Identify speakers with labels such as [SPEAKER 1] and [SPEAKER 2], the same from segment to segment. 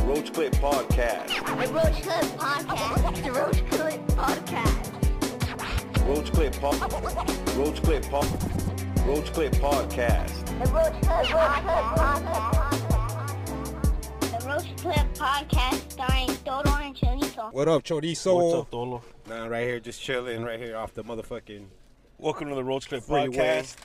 [SPEAKER 1] Roach Clip Podcast.
[SPEAKER 2] The Roach Clip Podcast. The Roach Clip Podcast.
[SPEAKER 1] Roach Clip Pod. Roach Clip Pod. Roach Clip Podcast.
[SPEAKER 2] The Roach Clip Podcast. The Roach Clip Podcast starring Dodo and Chorizo.
[SPEAKER 3] What up, Chorizo?
[SPEAKER 4] Dolo?
[SPEAKER 5] Nah, right here, just chilling, right here off the motherfucking.
[SPEAKER 4] Welcome to the Roach Clip
[SPEAKER 5] Freeway.
[SPEAKER 4] Podcast.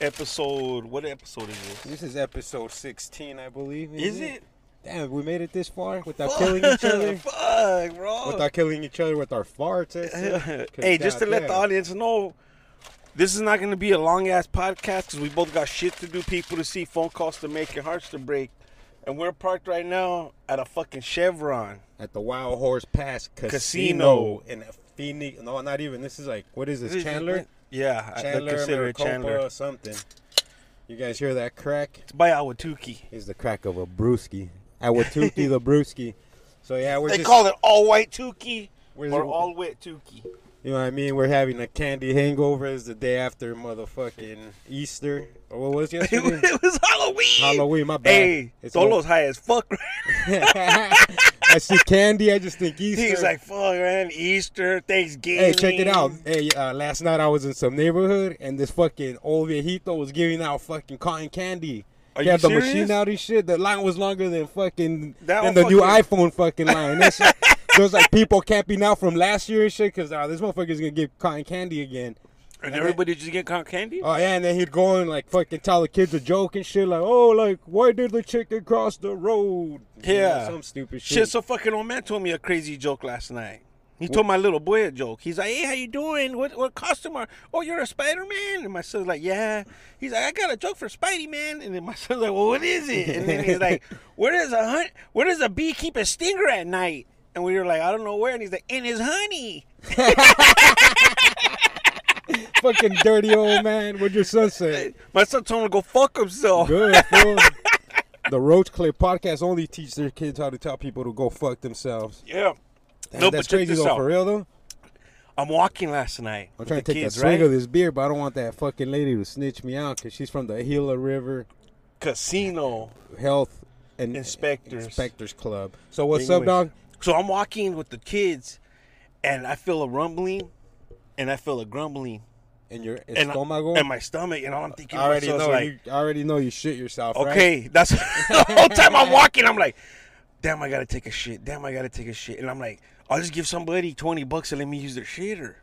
[SPEAKER 4] Episode, what episode is this?
[SPEAKER 5] This is episode 16, I believe.
[SPEAKER 4] Is it?
[SPEAKER 5] Damn, we made it this far without killing each other.
[SPEAKER 4] Fuck, bro.
[SPEAKER 5] without killing each other with our farts. and shit.
[SPEAKER 4] hey, just to let the
[SPEAKER 5] Goddamn.
[SPEAKER 4] audience know, this is not going to be a long ass podcast because we both got shit to do, people to see, phone calls to make, and hearts to break. And we're parked right now at a fucking Chevron.
[SPEAKER 5] At the Wild Horse Pass
[SPEAKER 4] Casino.
[SPEAKER 5] Casino, in Phoenix. No, not even. This is like, what is this, Chandler?
[SPEAKER 4] Yeah, I- I
[SPEAKER 5] Chandler,
[SPEAKER 4] consider it
[SPEAKER 5] Maricopa,
[SPEAKER 4] Chandler.
[SPEAKER 5] or something. You guys hear that crack?
[SPEAKER 4] It's by Awatuki.
[SPEAKER 5] Is the crack of a brewski. Awatuki the brewski. So yeah, we're
[SPEAKER 4] They
[SPEAKER 5] just
[SPEAKER 4] call it all white Tuki
[SPEAKER 5] Where's
[SPEAKER 4] or
[SPEAKER 5] it-
[SPEAKER 4] all wet Tuki.
[SPEAKER 5] You know what I mean? We're having a candy hangover. It's the day after motherfucking Easter. Or what was yesterday?
[SPEAKER 4] it was Halloween.
[SPEAKER 5] Halloween, my bad.
[SPEAKER 4] Hey,
[SPEAKER 5] It's all-
[SPEAKER 4] Dolo's high as fuck right
[SPEAKER 5] I see candy, I just think Easter.
[SPEAKER 4] He's like, fuck, man, Easter, Thanksgiving.
[SPEAKER 5] hey, check it out. Hey, uh, last night I was in some neighborhood and this fucking old viejito was giving out fucking cotton candy.
[SPEAKER 4] Are
[SPEAKER 5] he
[SPEAKER 4] you
[SPEAKER 5] had the
[SPEAKER 4] serious?
[SPEAKER 5] machine out and shit. The line was longer than fucking
[SPEAKER 4] That
[SPEAKER 5] than the
[SPEAKER 4] one
[SPEAKER 5] new
[SPEAKER 4] fucking-
[SPEAKER 5] iPhone fucking line. That shit, there was like people camping out from last year and shit because uh, this motherfucker's gonna give cotton candy again.
[SPEAKER 4] And everybody just get cotton candy?
[SPEAKER 5] Oh yeah, and then he'd go and like fucking tell the kids a joke and shit, like, oh, like why did the chicken cross the road? You know,
[SPEAKER 4] Yeah.
[SPEAKER 5] some stupid shit.
[SPEAKER 4] Shit, so fucking old man told me a crazy joke last night. He told my little boy a joke. He's like, "Hey, how you doing? What what costume are? Oh, you're a Spider Man." And my son's like, "Yeah." He's like, "I got a joke for Spidey Man." And then my son's like, "Well, what is it?" And then he's like, "Where does a hunt? Where does a bee keep a stinger at night?" And we were like, "I don't know where." And he's like, "In his honey."
[SPEAKER 5] fucking dirty old man. What your son said?
[SPEAKER 4] My son told him to go fuck himself.
[SPEAKER 5] Good. Fool. the Roach Clip podcast only teach their kids how to tell people to go fuck themselves.
[SPEAKER 4] Yeah.
[SPEAKER 5] Damn,
[SPEAKER 4] no,
[SPEAKER 5] that's
[SPEAKER 4] but check
[SPEAKER 5] crazy
[SPEAKER 4] this
[SPEAKER 5] though.
[SPEAKER 4] out.
[SPEAKER 5] For real though,
[SPEAKER 4] I'm walking last night.
[SPEAKER 5] I'm
[SPEAKER 4] with
[SPEAKER 5] trying
[SPEAKER 4] the
[SPEAKER 5] to take
[SPEAKER 4] kids,
[SPEAKER 5] a swig
[SPEAKER 4] right?
[SPEAKER 5] of this beer, but I don't want that fucking lady to snitch me out because she's from the Gila River
[SPEAKER 4] casino.
[SPEAKER 5] Health and
[SPEAKER 4] Inspectors.
[SPEAKER 5] Inspectors Club. So what's up,
[SPEAKER 4] English.
[SPEAKER 5] dog?
[SPEAKER 4] So I'm walking with the kids, and I feel a rumbling, and I feel a grumbling,
[SPEAKER 5] And your
[SPEAKER 4] and, I-
[SPEAKER 5] estomago.
[SPEAKER 4] and my stomach, and all I'm thinking,
[SPEAKER 5] I already
[SPEAKER 4] to myself
[SPEAKER 5] know
[SPEAKER 4] is like,
[SPEAKER 5] you. I already know you shit yourself. right?
[SPEAKER 4] okay, that's the whole time I'm walking. I'm like, damn, I gotta take a shit. Damn, I gotta take a shit, and I'm like, I'll just give somebody twenty bucks and let me use their shitter.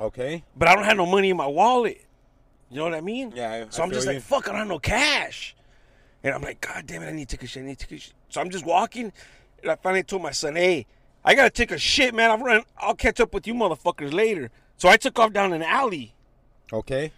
[SPEAKER 5] Okay.
[SPEAKER 4] But I don't have no money in my wallet. You know what I mean?
[SPEAKER 5] Yeah, I-
[SPEAKER 4] so
[SPEAKER 5] I
[SPEAKER 4] I'm just
[SPEAKER 5] feel
[SPEAKER 4] like,
[SPEAKER 5] you.
[SPEAKER 4] fuck, I don't have no cash. And I'm like, God damn it, I need to take a shit. I need to take a shit. So I'm just walking, and I finally told my son, hey, I gotta take a shit, man. I'm running. I'll catch up with you motherfuckers later. So I took off down an alley.
[SPEAKER 5] Okay.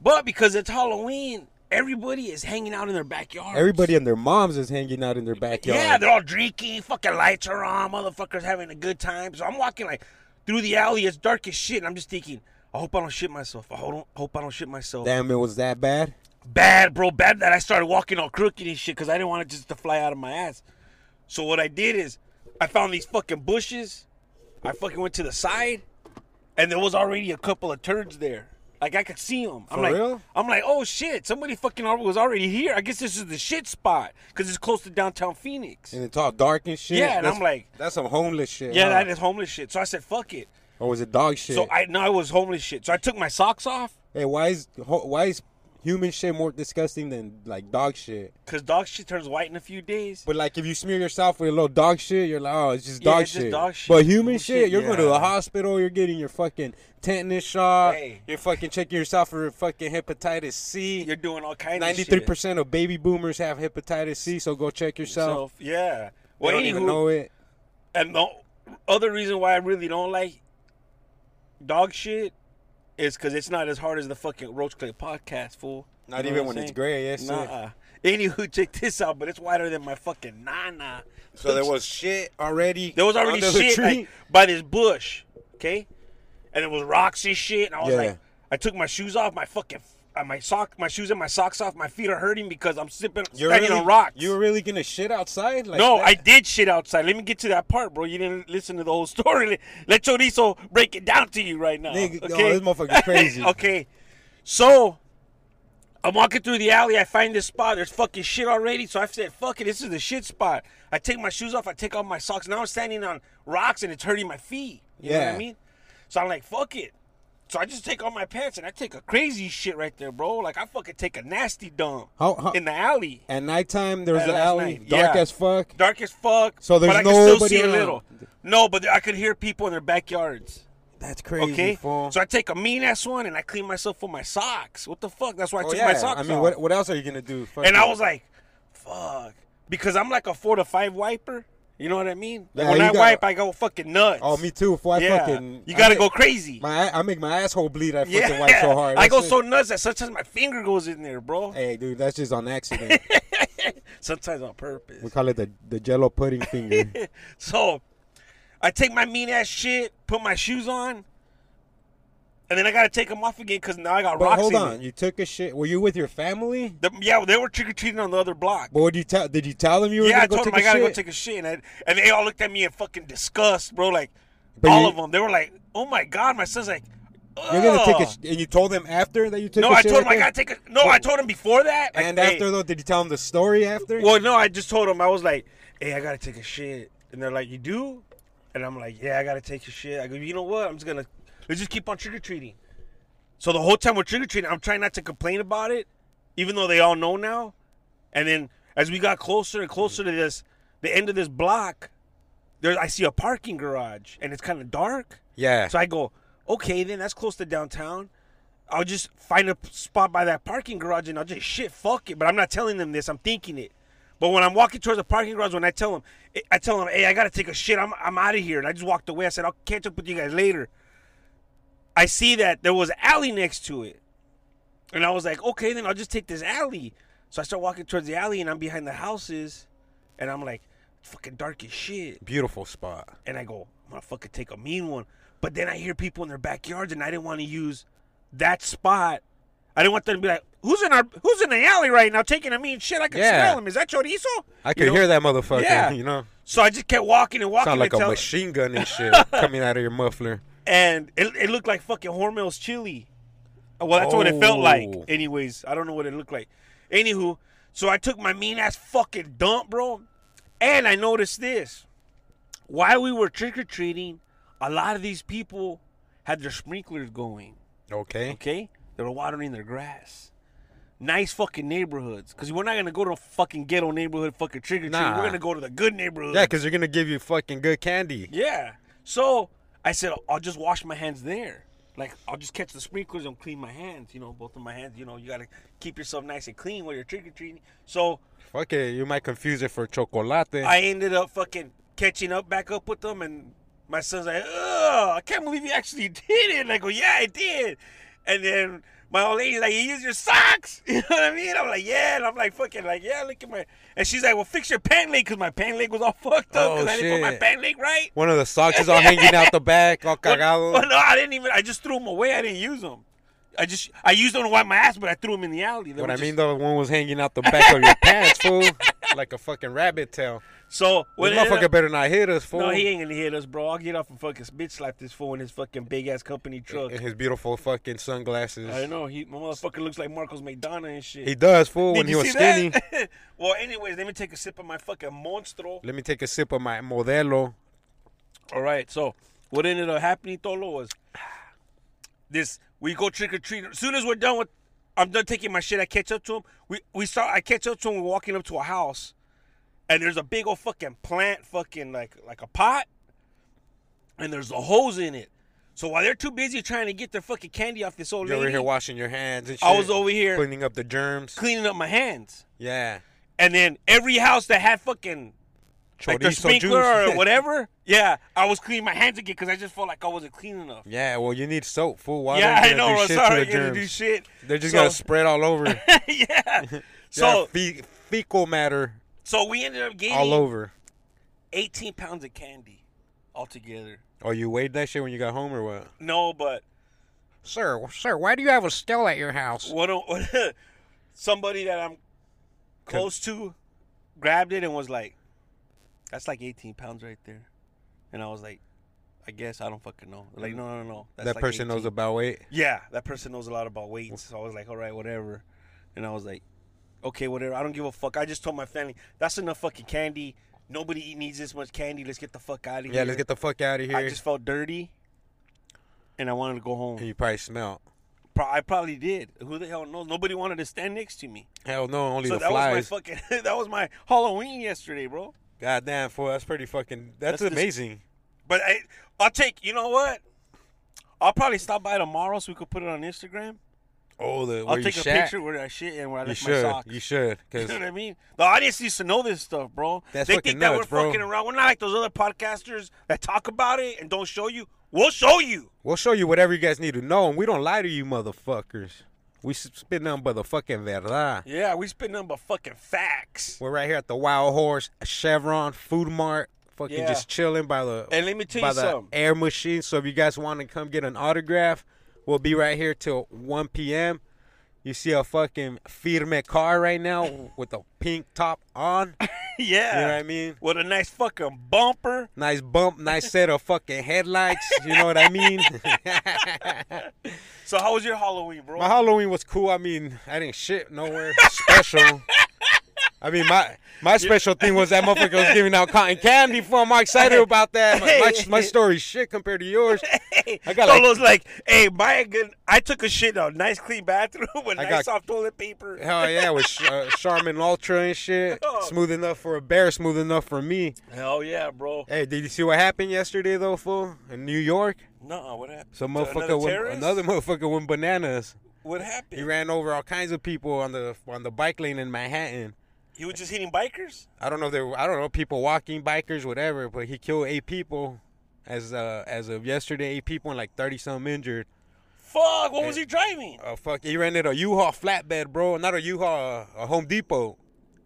[SPEAKER 4] But because it's Halloween, everybody is hanging out in their backyard.
[SPEAKER 5] Everybody and their moms is hanging out in their backyard.
[SPEAKER 4] Oh, Yeah, they're all drinking, fucking lights are on, motherfuckers having a good time. So I'm walking like through the alley, it's dark as shit, and I'm just thinking, I hope I don't shit myself. I hope hope I don't shit myself.
[SPEAKER 5] Damn, it was that bad.
[SPEAKER 4] bad, bro, bad that I started walking all crooked and shit because I didn't want it just to fly out of my ass. So what I did is I found these fucking bushes. I fucking went to the side, and there was already a couple of turds there. Like I could see them. I'm
[SPEAKER 5] For
[SPEAKER 4] like,
[SPEAKER 5] real?
[SPEAKER 4] I'm like, oh shit, somebody fucking al- was already here. I guess this is the shit spot because it's close to downtown Phoenix.
[SPEAKER 5] And it's all dark and shit.
[SPEAKER 4] Yeah, and
[SPEAKER 5] That's-
[SPEAKER 4] I'm like-
[SPEAKER 5] that's some homeless shit.
[SPEAKER 4] Yeah,
[SPEAKER 5] huh?
[SPEAKER 4] that is homeless shit. So I said, fuck it.
[SPEAKER 5] Or was it dog shit?
[SPEAKER 4] So I no, I was homeless shit. So I took my socks off
[SPEAKER 5] hey, why is ho- why is human shit more disgusting than like dog shit?
[SPEAKER 4] because dog shit turns white in a few days.
[SPEAKER 5] But like, if you smear yourself with a little dog shit, you're like, oh, it's just
[SPEAKER 4] Yeah,
[SPEAKER 5] dog,
[SPEAKER 4] it's just
[SPEAKER 5] shit.
[SPEAKER 4] dog shit.
[SPEAKER 5] But human
[SPEAKER 4] Human
[SPEAKER 5] shit,
[SPEAKER 4] shit,
[SPEAKER 5] you're going to the
[SPEAKER 4] yeah.
[SPEAKER 5] hospital. You're getting your fucking tetanus shot.
[SPEAKER 4] Hey.
[SPEAKER 5] You're fucking checking yourself for fucking hepatitis C.
[SPEAKER 4] You're doing all kinds of shit.
[SPEAKER 5] Ninety-three percent of baby boomers have hepatitis C, so go check yourself.
[SPEAKER 4] So, yeah.
[SPEAKER 5] They
[SPEAKER 4] Well,
[SPEAKER 5] don't even
[SPEAKER 4] anywho,
[SPEAKER 5] know it.
[SPEAKER 4] And the other reason why I really don't like dog shit is because it's not as hard as the fucking Roach Clay podcast, fool.
[SPEAKER 5] Not
[SPEAKER 4] know
[SPEAKER 5] even
[SPEAKER 4] what I'm
[SPEAKER 5] when it's
[SPEAKER 4] saying?
[SPEAKER 5] gray, yes, sir.
[SPEAKER 4] Nuh-uh. Anywho, check this out, but it's wider than my fucking nana.
[SPEAKER 5] shit already.
[SPEAKER 4] there was already
[SPEAKER 5] under the
[SPEAKER 4] shit
[SPEAKER 5] tree?
[SPEAKER 4] like, by this bush, okay? And it was rocks and shit, and I was
[SPEAKER 5] Yeah.
[SPEAKER 4] like, I took my shoes off, my fucking. Uh, my sock, my shoes, and my socks off. My feet are hurting because I'm sipping,
[SPEAKER 5] you're
[SPEAKER 4] standing
[SPEAKER 5] really,
[SPEAKER 4] on rocks.
[SPEAKER 5] You were really gonna shit outside? Like
[SPEAKER 4] No,
[SPEAKER 5] that?
[SPEAKER 4] I did shit outside. Let me get to that part, bro. You didn't listen to the whole story. Let- Let Chorizo break it down to you right now.
[SPEAKER 5] Nigga, no,
[SPEAKER 4] okay?
[SPEAKER 5] this motherfucker's crazy.
[SPEAKER 4] okay. So, I'm walking through the alley. I find this spot. There's fucking shit already. So I said, fuck it. This is the shit spot. I take my shoes off. I take off my socks. Now I'm standing on rocks and it's hurting my feet. You know what
[SPEAKER 5] Yeah.
[SPEAKER 4] I mean? So I'm like, fuck it. So I just take off my pants and I take a crazy shit right there, bro. Like I fucking take a nasty dump
[SPEAKER 5] How- how-
[SPEAKER 4] in the alley.
[SPEAKER 5] At nighttime, there was
[SPEAKER 4] Uh,
[SPEAKER 5] an
[SPEAKER 4] last
[SPEAKER 5] alley,
[SPEAKER 4] night,
[SPEAKER 5] dark
[SPEAKER 4] yeah.
[SPEAKER 5] as fuck.
[SPEAKER 4] Dark as fuck.
[SPEAKER 5] So
[SPEAKER 4] but
[SPEAKER 5] there's
[SPEAKER 4] I can still
[SPEAKER 5] nobody
[SPEAKER 4] see a
[SPEAKER 5] around.
[SPEAKER 4] little. No, but I could hear people in their backyards.
[SPEAKER 5] That's crazy.
[SPEAKER 4] Okay,
[SPEAKER 5] fool.
[SPEAKER 4] so I take a mean ass one and I clean myself with my socks. What the fuck? That's why I
[SPEAKER 5] Oh,
[SPEAKER 4] took
[SPEAKER 5] yeah.
[SPEAKER 4] my socks
[SPEAKER 5] I mean,
[SPEAKER 4] off.
[SPEAKER 5] what, what else are you gonna do? Fuck
[SPEAKER 4] and
[SPEAKER 5] it.
[SPEAKER 4] I was like, fuck, because I'm like a four to five wiper. You know what I mean? Like,
[SPEAKER 5] Yeah,
[SPEAKER 4] when
[SPEAKER 5] you
[SPEAKER 4] I
[SPEAKER 5] got-
[SPEAKER 4] wipe, I go fucking nuts.
[SPEAKER 5] "Oh, me too." Before I
[SPEAKER 4] yeah,
[SPEAKER 5] fucking,
[SPEAKER 4] you gotta
[SPEAKER 5] I
[SPEAKER 4] go
[SPEAKER 5] make,
[SPEAKER 4] crazy.
[SPEAKER 5] My I make my asshole bleed. I fucking
[SPEAKER 4] yeah,
[SPEAKER 5] wipe so hard.
[SPEAKER 4] I
[SPEAKER 5] That's
[SPEAKER 4] go
[SPEAKER 5] it.
[SPEAKER 4] so nuts that sometimes my finger goes in there, bro.
[SPEAKER 5] Hey, dude, that's just on accident.
[SPEAKER 4] Sometimes on
[SPEAKER 5] we
[SPEAKER 4] purpose.
[SPEAKER 5] call it the the Jello pudding finger.
[SPEAKER 4] So I take my mean ass shit, put my shoes on, and then I gotta take them off again because now I got
[SPEAKER 5] But
[SPEAKER 4] rocks
[SPEAKER 5] hold
[SPEAKER 4] in
[SPEAKER 5] on,
[SPEAKER 4] it.
[SPEAKER 5] you took a shit. Were you with your family?
[SPEAKER 4] The- yeah, they were trick or treating on the other block.
[SPEAKER 5] But what did you tell? Did you tell them you were
[SPEAKER 4] yeah, I
[SPEAKER 5] gonna go
[SPEAKER 4] told
[SPEAKER 5] take
[SPEAKER 4] them
[SPEAKER 5] a
[SPEAKER 4] I gotta
[SPEAKER 5] shit?
[SPEAKER 4] go take a shit, and, I, and they all looked at me in fucking disgust, bro. Like
[SPEAKER 5] But
[SPEAKER 4] all
[SPEAKER 5] you-
[SPEAKER 4] of them, they were like, "Oh my god!" My son's like,
[SPEAKER 5] You're gonna take a.
[SPEAKER 4] "Ugh."
[SPEAKER 5] Sh- and you told them after that you took.
[SPEAKER 4] No,
[SPEAKER 5] a
[SPEAKER 4] I
[SPEAKER 5] shit
[SPEAKER 4] told him
[SPEAKER 5] right
[SPEAKER 4] I
[SPEAKER 5] there?
[SPEAKER 4] gotta take a. No, I told him before that.
[SPEAKER 5] And
[SPEAKER 4] like,
[SPEAKER 5] after
[SPEAKER 4] "Hey."
[SPEAKER 5] though, did you tell them the story after?
[SPEAKER 4] well, no, I just told him I was like, "Hey, I gotta take a shit," and they're like, "You do?" And I'm like, "Yeah, I gotta take a shit." I go, "You know what? I'm just gonna let's just keep on trick or treating." So the whole time we're trick or treating, I'm trying not to complain about it, even though they all know now. And then as we got closer and closer to this, the end of this block, there I see a parking garage, and it's kind of dark.
[SPEAKER 5] yeah.
[SPEAKER 4] So I go, okay, then that's close to downtown. I'll just find a spot by that parking garage and I'll just shit fuck it. But I'm not telling them this. I'm thinking it. But when I'm walking towards the parking garage, when I tell them, eh, I tell them, hey, I gotta take a shit. I'm I'm out of here. And I just walked away. I said, I'll catch up with you guys later. I see that there was an alley next to it, and I was like, okay, then I'll just take this alley. So I start walking towards the alley, and I'm behind the houses, and I'm like, fucking dark as shit
[SPEAKER 5] Beautiful spot.
[SPEAKER 4] and I go, I'm gonna fucking take a mean one. But then I hear people in their backyards, and I didn't want to use that spot. I didn't want them to be like, "Who's in our Who's in the alley right now taking a mean shit?" I could
[SPEAKER 5] Yeah.
[SPEAKER 4] smell him. Is that chorizo?
[SPEAKER 5] I
[SPEAKER 4] You
[SPEAKER 5] could
[SPEAKER 4] know?
[SPEAKER 5] hear that motherfucker.
[SPEAKER 4] Yeah.
[SPEAKER 5] You know,
[SPEAKER 4] So I just kept walking and walking
[SPEAKER 5] sound like a
[SPEAKER 4] until,
[SPEAKER 5] machine gun and shit coming out of your muffler.
[SPEAKER 4] and it, it looked like fucking Hormel's chili. Uh, Well, that's what it felt like.
[SPEAKER 5] Oh.
[SPEAKER 4] Anyways, I don't know what it looked like. Anywho, so I took my mean ass fucking dump, bro, and I noticed this. While we were trick or treating, a lot of these people had their sprinklers going.
[SPEAKER 5] Okay.
[SPEAKER 4] Okay, they were watering their grass. Nice fucking neighborhoods, cause we're not gonna go to a fucking ghetto neighborhood fucking trick or treat.
[SPEAKER 5] Nah.
[SPEAKER 4] We're gonna go to the good neighborhood.
[SPEAKER 5] Yeah, because they're gonna give you fucking good candy.
[SPEAKER 4] Yeah. So I said, I'll just wash my hands there. Like, I'll just catch the sprinklers and clean my hands. You know, both of my hands. You know, you got to keep yourself nice and clean while you're trick or treating. So
[SPEAKER 5] Fuck it, you might confuse it for chocolate.
[SPEAKER 4] I ended up fucking catching up back up with them. And my son's like, oh, I can't believe you actually did it. And I go, yeah, I did. And then my old lady's like, you use your socks. You know what I mean? I'm like, yeah. And I'm like, fucking, like, yeah, look at my. And she's like, well, fix your pant leg because my pant leg was all fucked up
[SPEAKER 5] Oh,
[SPEAKER 4] because I didn't put my
[SPEAKER 5] shit.
[SPEAKER 4] pant leg right.
[SPEAKER 5] One of the socks is all hanging out the back, all
[SPEAKER 4] Well, well,
[SPEAKER 5] cagado.
[SPEAKER 4] no, I didn't even. I just threw them away. I didn't use them. I just I used them to wipe my ass, but I threw them in the alley. They
[SPEAKER 5] What
[SPEAKER 4] were
[SPEAKER 5] I
[SPEAKER 4] just-
[SPEAKER 5] mean, though, one was hanging out the back of your pants, fool, like a fucking rabbit tail.
[SPEAKER 4] So
[SPEAKER 5] This
[SPEAKER 4] when it ended
[SPEAKER 5] motherfucker
[SPEAKER 4] up-
[SPEAKER 5] better not hit us, fool.
[SPEAKER 4] no, he ain't gonna hit us, bro. I'll get off and fucking spit slap this fool in his fucking big ass company truck.
[SPEAKER 5] In his beautiful fucking sunglasses.
[SPEAKER 4] I know he my motherfucker looks like Marcos McDonough and shit.
[SPEAKER 5] He does, fool,
[SPEAKER 4] Did
[SPEAKER 5] when he
[SPEAKER 4] you
[SPEAKER 5] was
[SPEAKER 4] see
[SPEAKER 5] skinny.
[SPEAKER 4] that? well, anyways, let me take a sip of my fucking monstro.
[SPEAKER 5] Let me take a sip of my Modelo.
[SPEAKER 4] All right, so what ended up happening, Tolo, was this: we go trick or treating. As soon as we're done with, I'm done taking my shit. I catch up to him. We we start. I catch up to him. We're walking up to a house, and there's a big old fucking plant, fucking like like a pot, and there's a hose in it. So while they're too busy trying to get their fucking candy off this old
[SPEAKER 5] You're over
[SPEAKER 4] lady,
[SPEAKER 5] here washing your hands and shit.
[SPEAKER 4] I was over here-
[SPEAKER 5] Cleaning up the germs.
[SPEAKER 4] cleaning up my hands,
[SPEAKER 5] Yeah.
[SPEAKER 4] and then every house that had fucking like their
[SPEAKER 5] Chorizo
[SPEAKER 4] sprinkler
[SPEAKER 5] juice.
[SPEAKER 4] or whatever, yeah, I was cleaning my hands again because I just felt like I wasn't clean enough.
[SPEAKER 5] yeah, well, you need soap, fool. Why
[SPEAKER 4] yeah,
[SPEAKER 5] are
[SPEAKER 4] I
[SPEAKER 5] you gonna
[SPEAKER 4] know.
[SPEAKER 5] do
[SPEAKER 4] I'm
[SPEAKER 5] shit
[SPEAKER 4] sorry,
[SPEAKER 5] to
[SPEAKER 4] I
[SPEAKER 5] the
[SPEAKER 4] gotta do
[SPEAKER 5] germs?
[SPEAKER 4] shit.
[SPEAKER 5] They're just
[SPEAKER 4] So-
[SPEAKER 5] gonna spread all over.
[SPEAKER 4] yeah.
[SPEAKER 5] so
[SPEAKER 4] So
[SPEAKER 5] fe- fecal matter
[SPEAKER 4] so we ended up getting
[SPEAKER 5] all over.
[SPEAKER 4] 18 pounds of candy altogether.
[SPEAKER 5] Oh, you weighed that shit when you got home or what?
[SPEAKER 4] No, but
[SPEAKER 5] Sir, sir, why do you have a still at your house?
[SPEAKER 4] what, what somebody that I'm close to grabbed it and was like, "That's like 18 pounds right there," and I was like, "I guess I don't fucking know." Like, no, no, no. That's
[SPEAKER 5] That
[SPEAKER 4] like
[SPEAKER 5] person knows
[SPEAKER 4] 18."
[SPEAKER 5] about weight.
[SPEAKER 4] Yeah, that person knows a lot about weights. So I was like, all right, whatever. And I was like, okay, whatever. I don't give a fuck. I just told my family, that's enough fucking candy. Nobody needs this much candy. Let's get the fuck out of here.
[SPEAKER 5] Yeah, let's get the fuck out of here.
[SPEAKER 4] I just felt dirty, and I wanted to go
[SPEAKER 5] and
[SPEAKER 4] home.
[SPEAKER 5] you probably smell.
[SPEAKER 4] Pro- I probably did. Who the hell knows? Nobody wanted to stand next to me.
[SPEAKER 5] Hell no, only
[SPEAKER 4] So
[SPEAKER 5] the
[SPEAKER 4] that
[SPEAKER 5] flies.
[SPEAKER 4] was my fucking. that was my Halloween yesterday, bro.
[SPEAKER 5] God damn, fool, that's pretty fucking. That's,
[SPEAKER 4] That's dis-
[SPEAKER 5] amazing.
[SPEAKER 4] But I, I'll take. You know what? I'll probably stop by tomorrow so we could put it on Instagram.
[SPEAKER 5] oh, the where
[SPEAKER 4] I'll
[SPEAKER 5] you
[SPEAKER 4] take a
[SPEAKER 5] shat.
[SPEAKER 4] picture where I shit and where I
[SPEAKER 5] You
[SPEAKER 4] left my
[SPEAKER 5] should.
[SPEAKER 4] socks.
[SPEAKER 5] You should.
[SPEAKER 4] You
[SPEAKER 5] Cause
[SPEAKER 4] know what I mean? The audience needs to know this stuff, bro.
[SPEAKER 5] That's
[SPEAKER 4] they
[SPEAKER 5] fucking
[SPEAKER 4] think that
[SPEAKER 5] nuts,
[SPEAKER 4] we're
[SPEAKER 5] bro.
[SPEAKER 4] fucking around. We're not like those other podcasters that talk about it and don't show you. We'll show you.
[SPEAKER 5] we'll show you whatever you guys need to know, and we don't lie to you, motherfuckers. We s- spit nothing but the fucking verdad.
[SPEAKER 4] Yeah, we spit nothing but fucking facts.
[SPEAKER 5] We're right here at the Wild Horse Chevron Food Mart, fucking
[SPEAKER 4] Yeah.
[SPEAKER 5] just chilling by the
[SPEAKER 4] And let me tell
[SPEAKER 5] by
[SPEAKER 4] you
[SPEAKER 5] the
[SPEAKER 4] something.
[SPEAKER 5] air machine. So if you guys want to come get an autograph, we'll be right here till 1 p.m. You see a fucking Firme car right now with a pink top on.
[SPEAKER 4] yeah.
[SPEAKER 5] You know what I mean?
[SPEAKER 4] With a nice fucking bumper.
[SPEAKER 5] Nice bump, nice set of fucking headlights. You know what I mean?
[SPEAKER 4] So how was your Halloween, bro?
[SPEAKER 5] my Halloween was cool. I mean, I didn't shit nowhere special. I mean, my my special thing was that motherfucker was giving out cotton candy for him. I'm excited about that. My, my, my story's shit compared to yours. I got like
[SPEAKER 4] Solo's like, hey, my good. I took a shit on a nice clean bathroom with
[SPEAKER 5] I
[SPEAKER 4] nice
[SPEAKER 5] got-
[SPEAKER 4] soft toilet paper.
[SPEAKER 5] Hell yeah, with Sh- uh, Charmin Ultra and shit.
[SPEAKER 4] Oh.
[SPEAKER 5] Smooth enough for a bear, smooth enough for me.
[SPEAKER 4] Hell yeah, bro.
[SPEAKER 5] Hey, did you see what happened yesterday though, fool? In New York,
[SPEAKER 4] Nuh-uh, what happened?
[SPEAKER 5] some
[SPEAKER 4] To
[SPEAKER 5] motherfucker
[SPEAKER 4] another
[SPEAKER 5] went,
[SPEAKER 4] terrorist?
[SPEAKER 5] another motherfucker went bananas.
[SPEAKER 4] What
[SPEAKER 5] He
[SPEAKER 4] happened?
[SPEAKER 5] ran over all kinds of people on the on the bike lane in Manhattan.
[SPEAKER 4] He was just hitting bikers.
[SPEAKER 5] I don't know if they were, I don't know people walking, bikers, whatever, but he killed eight people as uh, as of yesterday, eight people and like thirty some injured.
[SPEAKER 4] Fuck! What was he driving?
[SPEAKER 5] Uh, fuck, he rented a U-Haul flatbed, bro. Not a U-Haul, a, a Home Depot,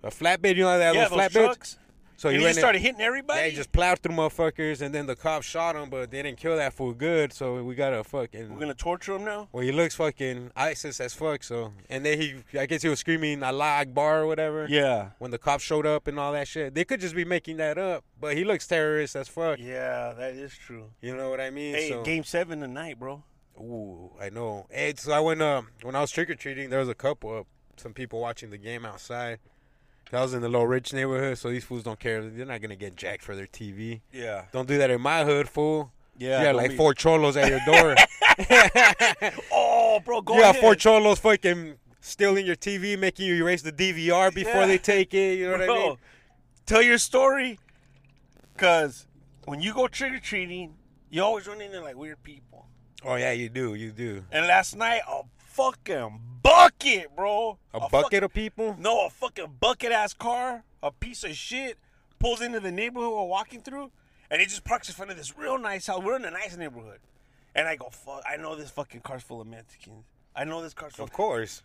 [SPEAKER 5] a flatbed. You know that
[SPEAKER 4] yeah,
[SPEAKER 5] little
[SPEAKER 4] those
[SPEAKER 5] flatbed.
[SPEAKER 4] trucks.
[SPEAKER 5] So
[SPEAKER 4] and he just
[SPEAKER 5] rented-
[SPEAKER 4] started hitting everybody.
[SPEAKER 5] They just plowed through motherfuckers, and then the cops shot him, but they didn't kill that fool good. So we got a fucking.
[SPEAKER 4] We're gonna torture him now.
[SPEAKER 5] well, he looks fucking ISIS as fuck. So, and then he, I guess he was screaming Allah Akbar or whatever.
[SPEAKER 4] Yeah.
[SPEAKER 5] When the cops showed up and all that shit, they could just be making that up. But he looks terrorist as fuck.
[SPEAKER 4] Yeah, that is true.
[SPEAKER 5] You know what I mean?
[SPEAKER 4] Hey,
[SPEAKER 5] so,
[SPEAKER 4] game seven tonight, bro.
[SPEAKER 5] Ooh, I know. And so I went um when I was trick or treating, there was a couple of some people watching the game outside. I was in the low rich neighborhood, so these fools don't care. They're not gonna get jacked for their TV.
[SPEAKER 4] Yeah.
[SPEAKER 5] Don't do that in my hood, fool.
[SPEAKER 4] Yeah,
[SPEAKER 5] You got
[SPEAKER 4] don't
[SPEAKER 5] like
[SPEAKER 4] be-
[SPEAKER 5] four cholos at your door.
[SPEAKER 4] Oh, bro, go
[SPEAKER 5] you got
[SPEAKER 4] ahead.
[SPEAKER 5] four cholos fucking stealing your TV, making you erase the DVR before
[SPEAKER 4] Yeah.
[SPEAKER 5] they take it. You know what I
[SPEAKER 4] Bro,
[SPEAKER 5] mean?
[SPEAKER 4] tell your story. Cause when you go trick or treating, you always run into like weird people.
[SPEAKER 5] Oh yeah, you do. You do.
[SPEAKER 4] And last night, a fucking bucket, bro.
[SPEAKER 5] A,
[SPEAKER 4] fuck-
[SPEAKER 5] bucket of people.
[SPEAKER 4] no, a fucking bucket ass car, a piece of shit, pulls into the neighborhood we're walking through, and it just parks in front of this real nice house. We're in a nice neighborhood. And I go, fuck, I know this fucking car's full of Mexicans. I know this car's full.
[SPEAKER 5] Of course.